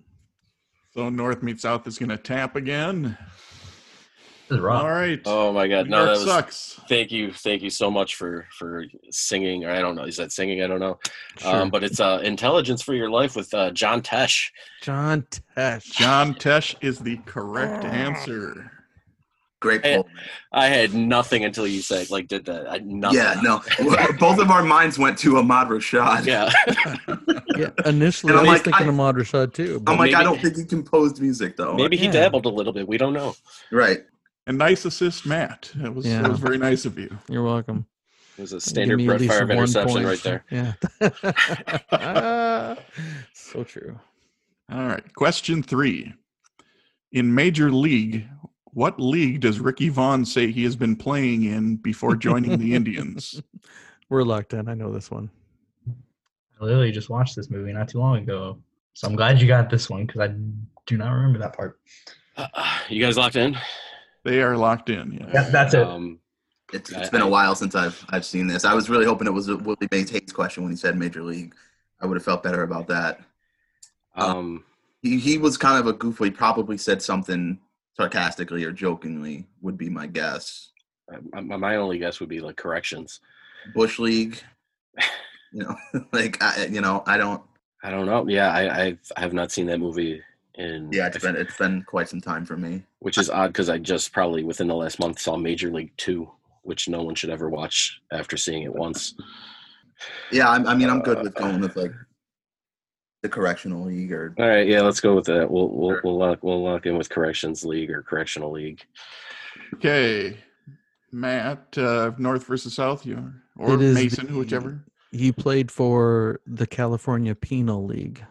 B: So North meets South is going to tap again.
E: This is rough.
B: All right.
C: Oh my God.
B: New
C: No,
B: York
C: that was.
B: sucks.
C: Thank you. Thank you so much for for singing. Or I don't know. Is that singing? I don't know.
A: Sure.
C: Um, but it's uh, Intelligence for Your Life with uh, John Tesh.
A: John Tesh.
B: John Tesh is the correct answer.
D: Great
C: Eh,
D: pull.
C: I had nothing until you said like did that. I, nothing.
D: Yeah, no. Both of our minds went to Ahmad Rashad.
C: Yeah.
A: Yeah, initially
D: And
A: I
D: I'm
A: was
D: like,
A: thinking
D: I-
A: of Madra Shah too.
D: I'm
A: But
D: like, I
C: Maybe-
D: don't think he composed music though.
C: Maybe he
A: Oh, Yeah.
C: dabbled a little bit. We don't know.
D: Right.
B: And nice assist, Matt. That was,
A: Yeah.
B: that was very nice of you.
A: you're welcome.
C: It was a
A: Give
C: standard
A: me at
C: Brett
A: least
C: Favre
A: one
C: interception
A: point.
C: right there.
A: Yeah. so true.
B: All right. Question three. In Major League, what league does Ricky Vaughn say he has been playing in before joining the Indians?
A: We're locked in. I know this one.
E: I literally just watched this movie not too long ago, so I'm glad you got this one because I do not remember that part.
C: Uh, uh, you guys locked in?
B: They are locked in. Yeah.
E: That, that's it.
C: Um,
D: It's,
C: I-
D: it's been a while since I've I've seen this. I was really hoping it was a Willie Mays Hayes question when he said Major League. I would have felt better about that.
C: um,
D: He he was kind of a goof. He probably said something sarcastically or jokingly. Would be my guess.
C: my, uh, my only guess would be like corrections.
D: Bush League. You know, like I you know I don't.
C: I don't know. Yeah, I I've, I have not seen that movie in
D: Yeah, it's been it's been quite some time for me.
C: which is odd because I just probably within the last month saw Major League Two, which no one should ever watch after seeing it once.
D: Yeah, I'm, I mean I'm good with
C: Uh,
D: going with like the correctional league or
C: All right, yeah, let's go with that. We'll we'll
D: Sure.
C: we'll lock we'll lock in with corrections league or correctional league.
B: Okay. Matt, uh, North versus South, you or
A: It is
B: Mason,
A: the-
B: whichever.
A: He played for the California Penal League.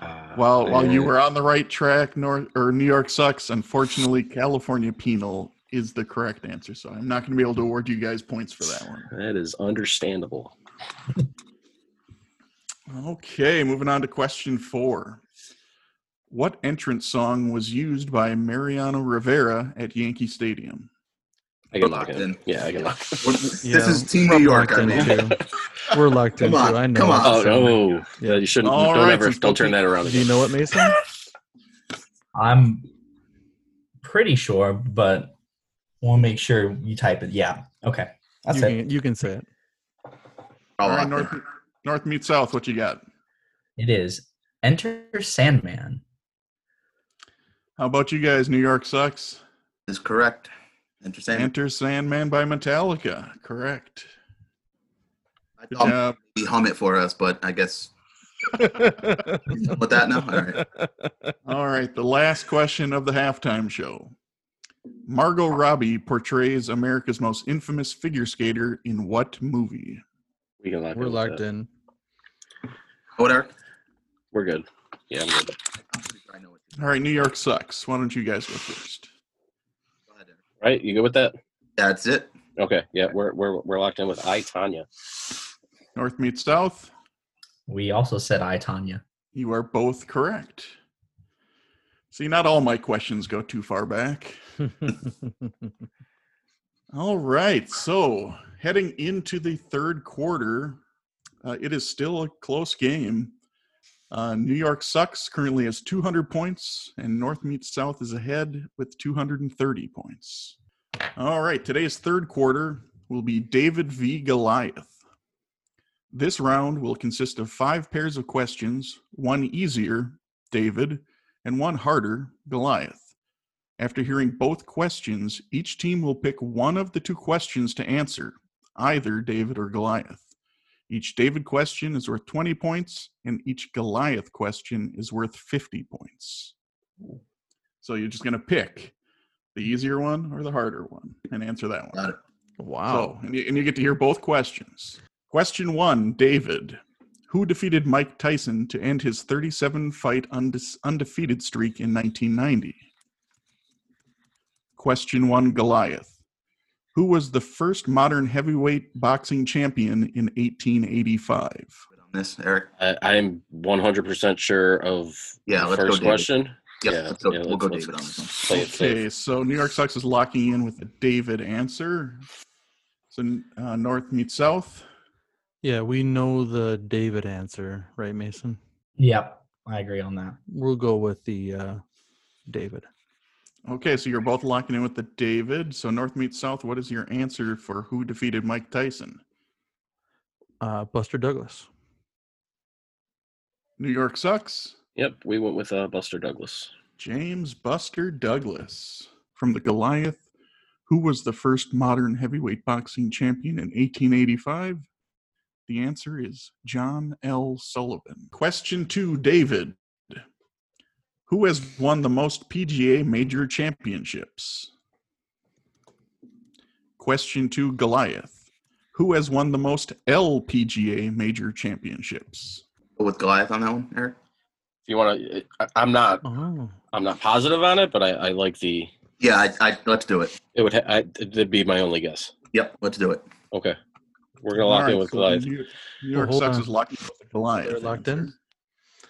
A: Ah,
C: Uh,
B: While while you
C: uh,
B: were on the right track, North or New York sucks. Unfortunately, California penal is the correct answer, so I'm not going to be able to award you guys points for that one.
C: that is understandable.
B: Okay, moving on to question four. What entrance song was used by Mariano Rivera at Yankee Stadium?
C: I
D: We're
C: can lock
D: locked
C: in.
D: in.
C: Yeah, I can lock.
D: This
A: Yeah,
D: is Team
A: we're
D: New York.
A: locked
D: I
A: in
D: mean,
A: too. We're locked
D: Come
A: in.
D: on,
A: too. I know.
D: come on.
A: it's
C: Oh
A: the song.
C: no! Yeah, you shouldn't.
B: All
C: don't
B: right,
C: ever.
B: so
C: Don't turn that around
A: Do you
C: again.
A: know it, Mason?
E: I'm pretty sure, but we'll make sure you type it. Yeah. Okay. That's
A: you,
E: it.
A: Can, you can say it.
B: All right,
D: I'll lock
B: North,
D: in.
B: North meets South. What you got?
E: It is. Enter Sandman.
B: How about you guys? New York sucks.
D: is correct. Interesting.
B: Enter Sandman by Metallica. Correct.
D: I
B: Good
D: thought
B: job.
D: he hum it for us, but I guess with that now. All right.
B: All right, the last question of the halftime show. Margot Robbie portrays America's most infamous figure skater in what movie?
C: We can lock
A: We're
C: with
A: locked
C: that.
A: in.
D: What Eric?
C: We're good. Yeah, I'm good.
D: I'm pretty sure I know what this is.
B: All right, New York sucks. Why don't you guys go first?
D: Go ahead, Eric.
C: Right? You good with that?
D: That's it.
C: Okay. Yeah, we're we're we're locked in with I Tanya.
B: North meets South.
E: We also said I Tanya.
B: You are both correct. See, not all my questions go too far back. All right. So heading into the third quarter, uh, it is still a close game. Uh, New York sucks currently has 200 points, and North meets South is ahead with 230 points. All right. Today's third quarter will be David v. Goliath. This round will consist of five pairs of questions, one easier David, and one harder, Goliath. After hearing both questions, each team will pick one of the two questions to answer, either David or Goliath. Each David question is worth 20 points, and each Goliath question is worth 50 points. So you're just going to pick the easier one or the harder one and answer that one.
D: Got it.
C: Oh.
B: So, and you, and you get to hear both questions. Question one David, who defeated Mike Tyson to end his 37 fight unde- undefeated streak in 1990? Question one Goliath, who was the first modern heavyweight boxing champion in 1885?
D: Good on this, Eric.
C: I, I'm 100% sure of
D: Yeah,
C: the
D: let's go,
C: first
D: David.
C: question.
D: Yep,
C: yeah,
D: let's go-
C: yeah,
D: we'll go
C: let's-
D: David on this one.
C: play it safe.
B: Okay, so New York Sucks is locking in with a David answer. So uh, North meets South.
A: Yeah, we know the David answer, right, Mason?
E: Yep, I agree on that.
A: We'll go with the uh, David.
B: Okay, so you're both locking in with the David. So North meets South. What is your answer for who defeated Mike Tyson?
A: Uh, Buster Douglas.
B: New York Sucks.
C: Yep, we went with uh, Buster Douglas.
B: James Buster Douglas from the Goliath, who was the first modern heavyweight boxing champion in 1885? The answer is John L. Sullivan. Question two, David. Who has won the most PGA major championships? Question two, Goliath. Who has won the most LPGA major championships?
D: Go with Goliath on that one, Eric.
C: If you want to, I'm not,
A: Oh,
C: I'm not positive on it, but I, I like the.
D: Yeah, I, I, let's do it.
C: It would, ha- I, that'd be my only guess.
D: Yep, let's do it.
C: Okay, we're gonna lock
B: All
C: in
B: right,
C: with
B: so
C: Goliath.
B: New York, New
A: Oh,
B: York
A: hold
B: Sucks
A: on.
B: is locked in with the Goliath.
A: They're locked in?
B: answer.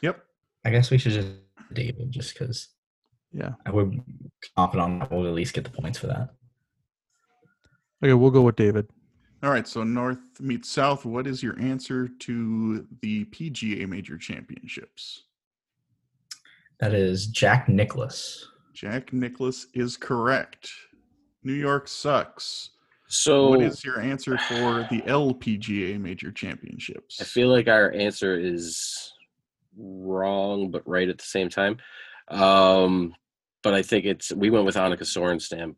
B: Yep.
E: I guess we should just David, just because
A: yeah.
E: I would confident on that. We'll at least get the points for that.
A: Okay, we'll go with David.
B: All right. So North meets South. What is your answer to the PGA Major Championships?
E: That is Jack Nicholas.
B: Jack Nicholas is correct. New York sucks.
C: So
B: what is your answer for the LPGA Major Championships?
C: I feel like our answer is wrong, but right at the same time. Um, but I think it's we went with Annika Sorenstam.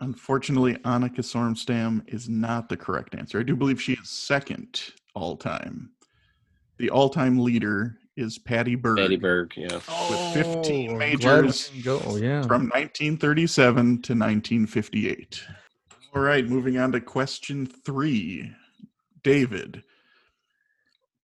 B: Unfortunately, Annika Sormstam is not the correct answer. I do believe she is second all time. The all time leader is Patty Bird.
C: Betty Berg, yeah.
B: With 15
A: Oh, glad we
B: majors
A: didn't Go. Oh, yeah.
B: from 1937 to 1958. All right, moving on to question three. David,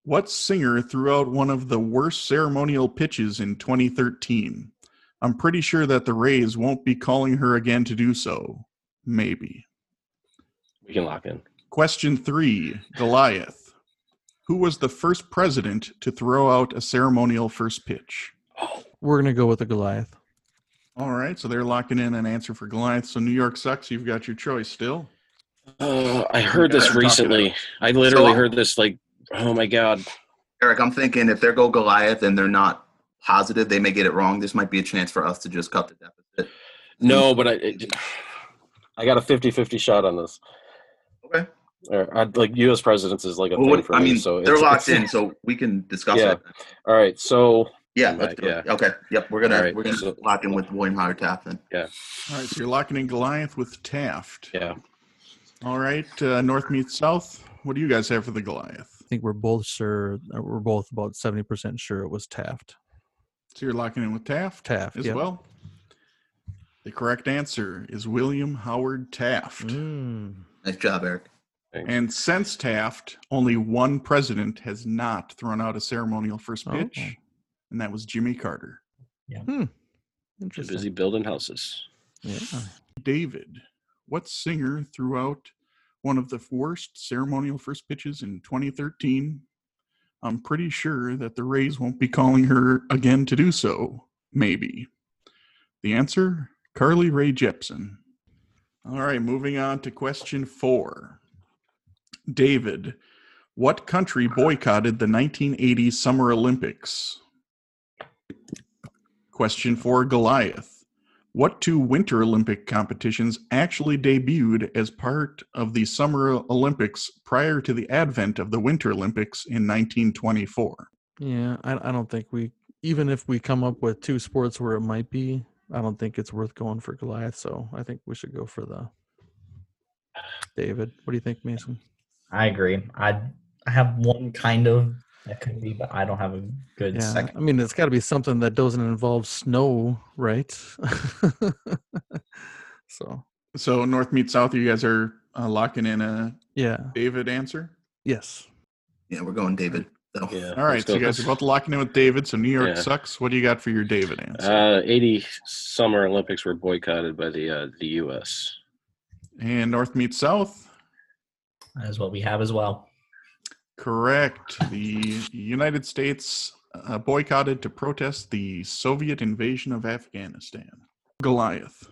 B: what singer threw out one of the worst ceremonial pitches in 2013? I'm pretty sure that the Rays won't be calling her again to do so. Maybe.
C: We can lock in.
B: Question three Goliath. Who was the first president to throw out a ceremonial first pitch?
A: We're going to go with the Goliath.
B: All right, so they're locking in an answer for Goliath. So New York sucks. You've got your choice still.
C: Uh, I heard this
D: Talking
C: recently. I literally
D: So-
C: heard this like, oh my god.
D: Eric, I'm thinking if they go Goliath and they're not positive, they may get it wrong. This might be a chance for us to just cut the deficit.
C: No, but I it, I got a 50-50 shot on this.
D: Okay.
C: Or, I, like U.S. presidents is like a
D: Well,
C: thing
D: what,
C: for
D: I
C: me.
D: mean,
C: so
D: they're
C: it's-
D: locked
C: it's-
D: in, so we can discuss
C: Yeah.
D: it.
C: All right, so
D: Yeah,
C: Right,
D: let's do it. Okay. Yep, we're gonna
C: All right,
D: we're gonna
C: so-
D: lock in with William Howard Taft then.
B: All right, so you're locking in Goliath with Taft.
C: yeah,
B: All right, uh, North meets South. What do you guys have for the Goliath?
A: I think we're both sure. uh, We're both about 70% sure it was Taft.
B: So you're locking in with Taft
A: Taft,
B: as
A: yeah.
B: well. The correct answer is William Howard Taft.
A: Mm.
D: Nice job, Eric.
B: And since Taft, only one president has not thrown out a ceremonial first
A: Oh.
B: pitch, and that was Jimmy Carter.
C: too
A: Interesting.
C: busy building houses.
A: Yeah.
B: David, what singer threw out one of the worst ceremonial first pitches in 2013? I'm pretty sure that the Rays won't be calling her again to do so. Maybe. The answer Carly Ray Jepsen. All right, moving on to question four. David, what country boycotted the 1980 Summer Olympics? Question four Goliath. What two Winter Olympic competitions actually debuted as part of the Summer Olympics prior to the advent of the Winter Olympics in 1924?
A: Yeah, I, I don't think we even if we come up with two sports where it might be, I don't think it's worth going for Goliath. So I think we should go for the David. What do you think, Mason?
E: I agree. I I have one kind of that could be, but I don't have a good
A: Yeah,
E: second.
A: I mean it's got to be something that doesn't involve snow, right? so
B: So North meets South. You guys are uh, locking in a
A: yeah,
B: David answer.
A: yes,
D: Yeah, we're going David. So.
C: Yeah.
B: All right,
C: let's
B: so
C: go.
B: you guys are both locking in with David. So New York
C: Yeah.
B: sucks. What do you got for your David answer?
C: Uh, 80 Summer Olympics were boycotted by the uh, the U.S.
B: and North meets South.
E: That is what we have as well.
B: Correct. The United States uh, boycotted to protest the Soviet invasion of Afghanistan. Goliath.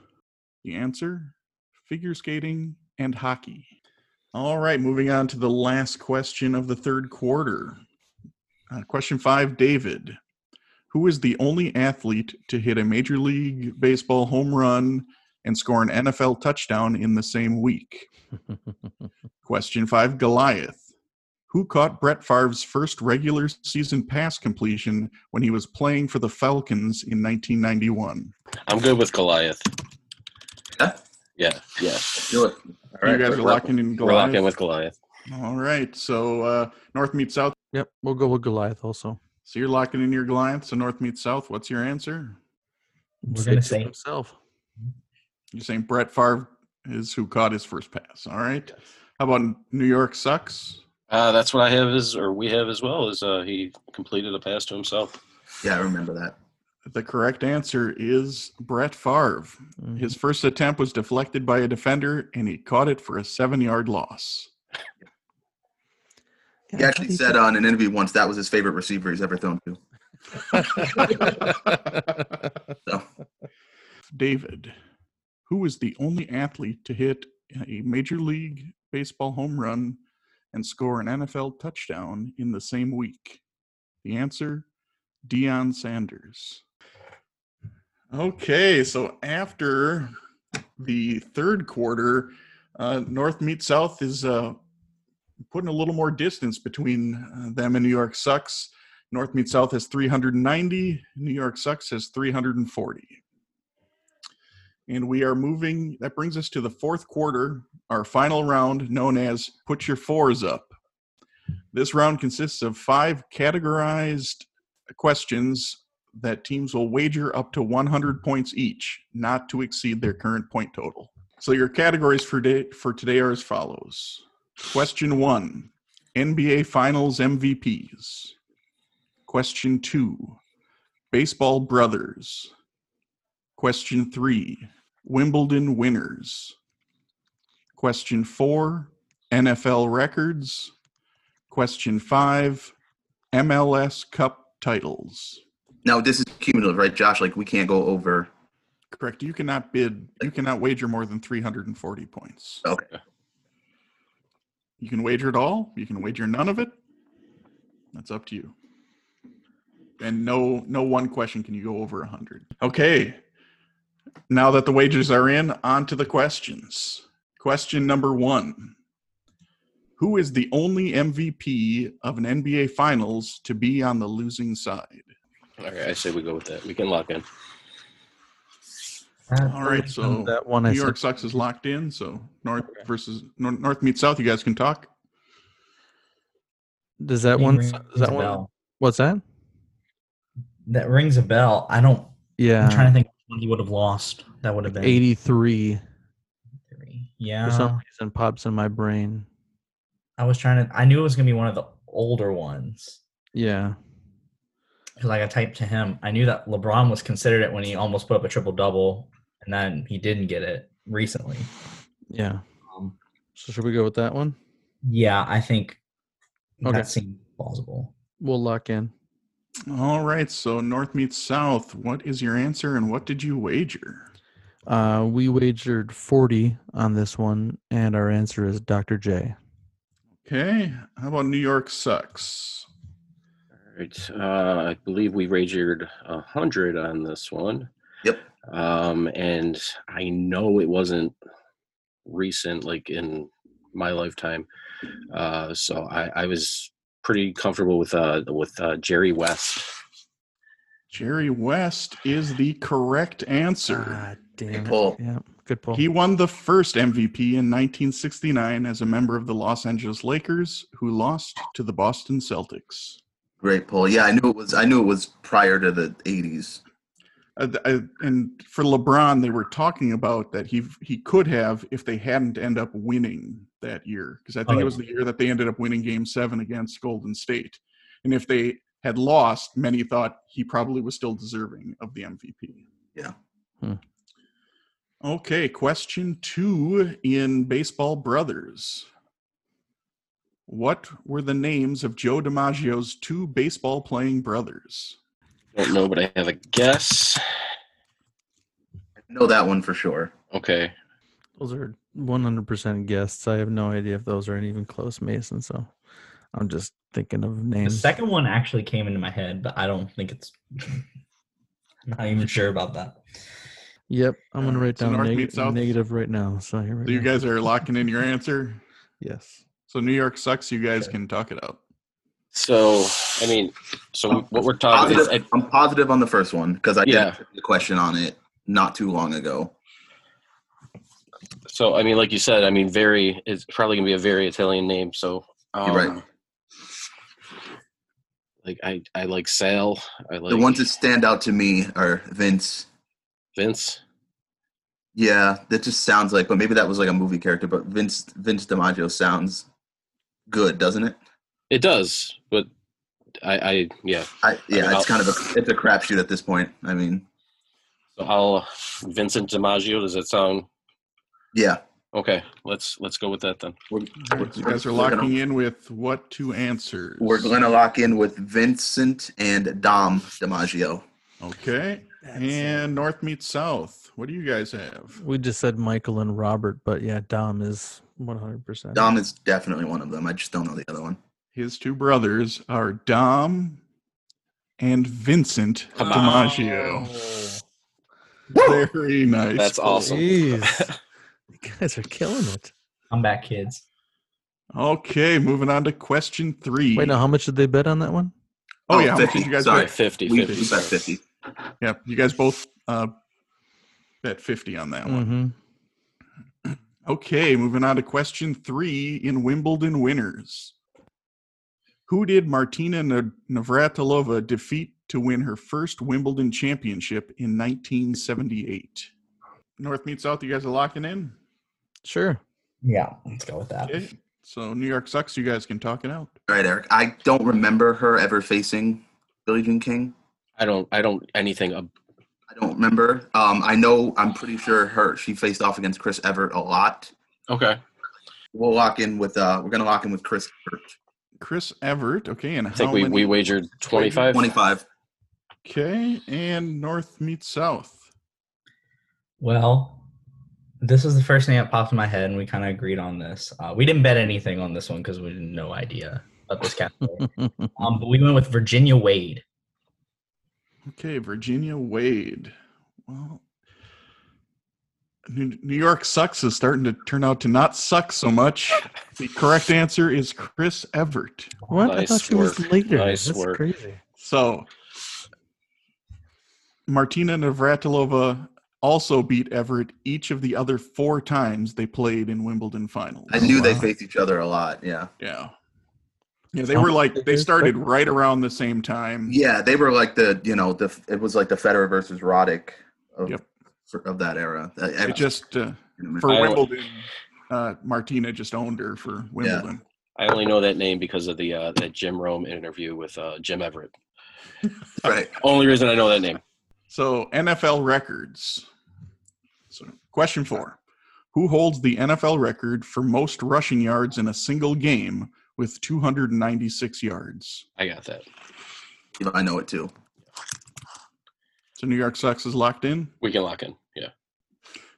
B: The answer figure skating and hockey. All right, moving on to the last question of the third quarter. Uh, question five David. Who is the only athlete to hit a Major League Baseball home run and score an NFL touchdown in the same week? Question five Goliath. Who caught Brett Favre's first regular season pass completion when he was playing for the Falcons in 1991?
C: I'm good with Goliath.
D: Yeah?
C: Yeah. Yeah.
D: Do it.
C: All
B: you guys
C: we're-
B: are
C: we're-
B: locking in
C: We're
B: Goliath.
C: locking in with Goliath.
B: All right. So uh, North meets South.
A: yep. We'll go with Goliath also.
B: So you're locking in your Goliath. So North meets South. What's your answer?
E: We're gonna
A: Six
E: say-
A: himself.
B: You're saying Brett Favre is who caught his first pass. All right. How about New York sucks?
C: Uh, that's what I have is, or we have as well, is uh, he completed a pass to himself.
D: Yeah, I remember that.
B: The correct answer is Brett Favre.
C: Mm-hmm.
B: His first attempt was deflected by a defender, and he caught it for a seven-yard loss.
D: He actually said on an interview once that was his favorite receiver he's ever thrown to. So
B: David, who was the only athlete to hit a Major League Baseball home run and score an NFL touchdown in the same week? The answer Deion Sanders. Okay, so after the third quarter, uh, North meets South is uh, putting a little more distance between uh, them and New York Sucks. North meets South has 390. New York Sucks has 340. And we are moving. That brings us to the fourth quarter, our final round known as Put Your Fours Up. This round consists of five categorized questions that teams will wager up to 100 points each, not to exceed their current point total. So your categories for, day, for today are as follows Question one NBA Finals MVPs. Question two Baseball Brothers. Question three Wimbledon Winners. Question four NFL Records. Question five MLS Cup Titles.
D: now this is cumulative, right, Josh? Like we can't go over.
B: Correct. You cannot bid, you cannot wager more than 340 points.
D: Okay.
B: You can wager it all, you can wager none of it. That's up to you. And no no one question can you go over 100. Okay. Now that the wagers are in, on to the questions. Question number 1. Who is the only MVP of an NBA Finals to be on the losing side?
C: All right, I say we go with that. We can lock in.
B: All right, so
A: that one I
B: New
A: said.
B: York sucks is locked in, so North versus Nor- North meets South. You guys can talk.
A: Does that one? Is that one? What's that?
E: That rings a bell. I don't. I'm trying
A: Yeah,
E: to think. What he would have lost. That would have been
A: eighty-three.
E: three.
A: For some
E: Yeah.
A: reason, pops in my brain.
E: I was trying to. I knew it was gonna be one of the older ones.
A: Yeah,
E: Cause like I typed to him, I knew that LeBron was considered it when he almost put up a triple double, and then he didn't get it recently.
A: yeah.
E: Um,
A: So should we go with that one?
E: yeah, I think
A: Okay.
E: that seemed plausible.
A: We'll lock in.
B: All right, so North meets South. What is your answer, and what did you wager?
A: Uh, we wagered forty on this one, and our answer is Dr. J.
B: Okay, how about New York sucks?
C: All right, uh, I believe we wagered a hundred on this one.
D: Yep.
C: Um, and I know it wasn't recent, like in my lifetime. Uh, so I, I was pretty comfortable with uh, with uh, Jerry West.
B: Jerry West is the correct answer.
A: Ah, damn. it.
D: pull.
A: Yeah, good pull.
B: He won the first MVP in 1969 as a member of the Los Angeles Lakers, who lost to the Boston Celtics.
D: Great pull. Yeah, I knew it was. I knew it was prior to the '80s.
B: Uh, th- I, and for LeBron, they were talking about that he he could have if they hadn't end up winning that year because I think
E: Oh,
B: it was the year that they ended up winning Game Seven against Golden State, and if they had lost, many thought he probably was still deserving of the MVP.
D: Yeah.
A: Hmm.
B: Okay, question two in Baseball Brothers. What were the names of Joe DiMaggio's two baseball playing brothers?
C: Don't know, but I have a guess.
D: I know that one for sure.
C: Okay,
A: Those are 100% guests. I have no idea if those aren't even close, Mason. So I'm just thinking of
E: The
A: names.
E: second one actually came into my head, but I don't think it's. I'm not even sure about that.
A: Yep, I'm gonna
B: Uh,
A: write
B: so
A: down
B: north
A: neg-
B: meets south.
A: negative right now. So here we
B: So
A: go.
B: you guys are locking in your answer.
A: yes.
B: So New York sucks. You guys
E: Okay.
B: can talk it out.
C: so I mean, so what we're talking is,
D: Positive, I'm positive on the first one because I
C: Oh, Yeah.
D: did a question on it not too long ago.
C: so I mean, like you said, I mean, very is probably gonna be a very Italian name. So um,
D: You're right.
C: Like I, I like Sal. I like
D: the ones that stand out to me are Vince.
C: Vince.
D: Yeah, that just sounds like, but maybe that was like a movie character. But Vince Vince DiMaggio sounds good, doesn't it?
C: It does, but I, I yeah.
D: I, yeah,
C: mean,
D: it's kind of a it's a crapshoot at this point. I mean,
C: So I'll Vincent DiMaggio. Does that sound
D: yeah,
C: okay? Let's let's go with that then.
D: we're,
B: All right, you guys are
D: we're
B: locking in with what two answers.
D: Gonna, we're going to lock in with Vincent and Dom DiMaggio.
B: Okay. And North meets South. What do you guys have?
A: we just said Michael and Robert, but yeah, Dom is 100%.
D: Dom is definitely one of them. I just don't know the other one.
B: His two brothers are Dom and Vincent
C: Come on.
B: DiMaggio. Very nice.
C: That's
B: pull.
C: awesome.
A: Jeez. you guys are killing it.
E: I'm back, kids.
B: Okay, moving on to question three.
A: Wait, now how much did they bet on that one?
B: oh,
D: Oh,
B: yeah, how much
D: 50.
B: did you guys
D: Sorry.
B: bet?
C: Fifty.
D: We,
C: 50,
D: we bet
C: sorry.
D: fifty.
B: Yeah, you guys both uh, bet 50 on that one.
A: Mm-hmm.
B: Okay, moving on to question three in Wimbledon winners. Who did Martina Na- Navratilova defeat to win her first Wimbledon championship in 1978? North meets South, you guys are locking in?
A: Sure.
E: Yeah, let's go with that.
B: Okay. So New York sucks, you guys can talk it out.
D: All right, Eric. I don't remember her ever facing Billie Jean King.
C: I don't. I don't anything. ab-
D: I don't remember. Um, I know. I'm pretty sure her. She faced off against Chris Everett a lot.
C: Okay.
D: We'll lock in with. Uh, we're gonna lock in with Chris Everett.
B: Chris Everett, okay, and
C: I think
B: how
C: we,
B: many-
C: we wagered twenty five.
D: Twenty-five.
B: Okay, and North meets South.
E: Well, this is the first thing that popped in my head, and we kind of agreed on this. Uh, we didn't bet anything on this one because we had no idea about this category. um, but we went with Virginia Wade.
B: Okay, Virginia Wade. Well, New New York sucks is starting to turn out to not suck so much. The correct answer is Chris Evert.
A: what? I
C: Nice
A: thought she was
C: work.
A: later.
C: Nice
A: That's
C: work.
A: crazy.
B: So, Martina Navratilova also beat Everett each of the other four times they played in Wimbledon finals.
D: I knew they
A: wow.
D: faced each other a lot. Yeah.
B: Yeah. Yeah, they were like, they started right around the same time.
D: Yeah, they were like the. You know, the. It was like the Federer versus Roddick. Of,
B: Yep.
D: for- Of that era. Uh,
B: It just, uh, for
C: I-
B: Wimbledon, uh, Martina just owned her for Wimbledon.
C: I only know that name because of the uh, that Jim Rome interview with uh, Jim Everett.
D: right.
C: Only reason I know that name.
B: So NFL records. So question four: Who holds the NFL record for most rushing yards in a single game with 296 yards?
C: I got that.
D: I know it too.
B: So New York Sox is locked in.
C: We can lock in. Yeah.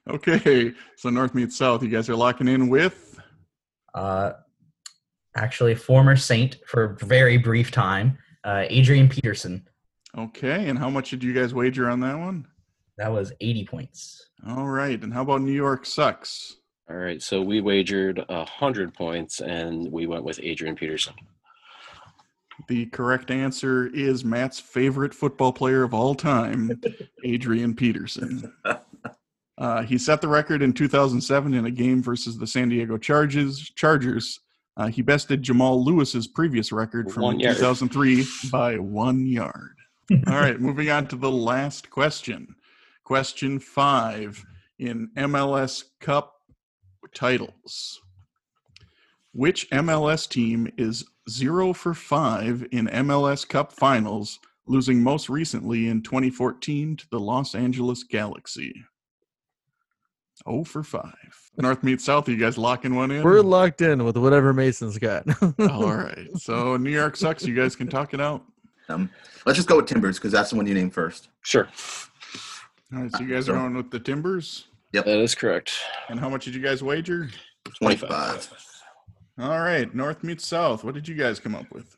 B: Okay, so North meets South. You guys are locking in with.
E: Uh, actually, a former Saint for a very brief time, uh, Adrian Peterson.
B: Okay, and how much did you guys wager on that one?
E: That was 80 points.
B: All right, and how about New York Sox?
C: All right. So we wagered hundred points, and we went with Adrian Peterson.
B: The correct answer is Matt's favorite football player of all time, Adrian Peterson. Uh, he set the record in 2007 in a game versus the San Diego Chargers. Chargers. Uh, he bested Jamal Lewis's previous record from
C: One yard.
B: 2003 by one yard. All right, moving on to the last question. Question five in MLS Cup titles. Which MLS team is zero for five in MLS Cup finals, losing most recently in 2014 to the Los Angeles Galaxy? Oh for five. North meets South. Are you guys locking one in?
A: We're locked in with whatever Mason's got.
B: All right. So New York sucks. You guys can talk it out.
D: Um, let's just go with Timbers because that's the one you named first.
C: Sure,
B: All right. So you guys are on with the Timbers.
C: that is correct.
B: And how much did you guys wager?
D: 25.
B: All right. North meets South. What did you guys come up with?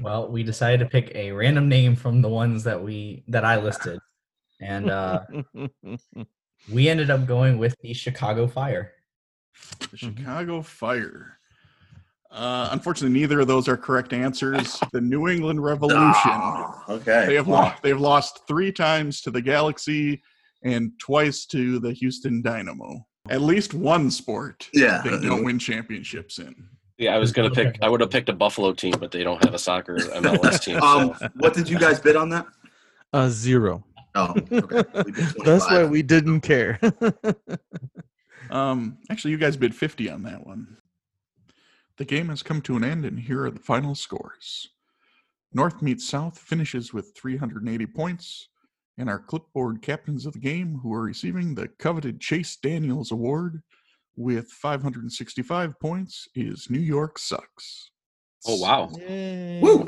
E: Well, we decided to pick a random name from the ones that we that I listed, and uh, we ended up going with the Chicago Fire.
B: The
D: Mm-hmm.
A: Mhm.
B: Chicago Fire. Uh, unfortunately, neither of those are correct answers. The New England Revolution.
D: Ah, okay.
B: They have lost. They've lost three times to the Galaxy and twice to the Houston Dynamo. At least one sport
D: Yeah.
B: they don't win championships in.
C: Yeah, I was gonna pick. I would have picked a Buffalo team, but they don't have a soccer MLS team.
D: Um,
C: So.
D: what did you guys bid on that?
A: uh, zero.
D: Oh, okay. We bid
A: That's why
D: 25.
A: we didn't care.
B: Um, actually, you guys bid 50 on that one. The game has come to an end, and here are the final scores. North meets South finishes with 380 points, and our clipboard captains of the game, who are receiving the coveted Chase Daniels Award with 565 points, is New York Sucks.
C: oh wow,
D: Woo!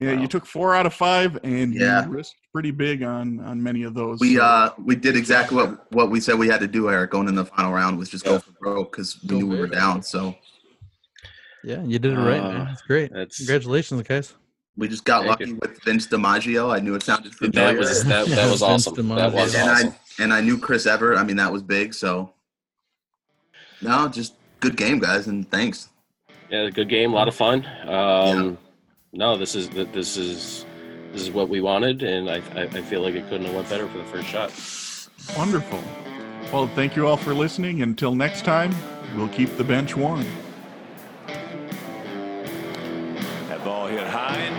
B: Yeah,
C: Wow.
B: you took four out of five, and
D: Yeah.
B: you risked pretty big on on many of those.
D: We
B: so
D: uh we did exactly what what we said we had to do, Eric. Going in the final round was just go
C: Yeah.
D: for broke because we knew we were down. So
A: Yeah, you did it right, man.
C: Uh,
A: That's great.
C: that's
A: Congratulations, guys.
D: we just got
C: Thank
D: lucky
C: you.
D: with Vince DiMaggio. I knew it sounded familiar,
C: that was that, that was
A: Vince
C: awesome. That was
D: and
C: awesome.
D: I and I knew Chris Everett. I mean, that was big. So no, just good game, guys, and thanks.
C: Yeah, good game, a lot of fun. Um, No, this is th- this is this is what we wanted, and I, I I feel like it couldn't have went better for the first shot.
B: Wonderful. Well, thank you all for listening. Until next time, we'll keep the bench warm.
F: That ball hit high and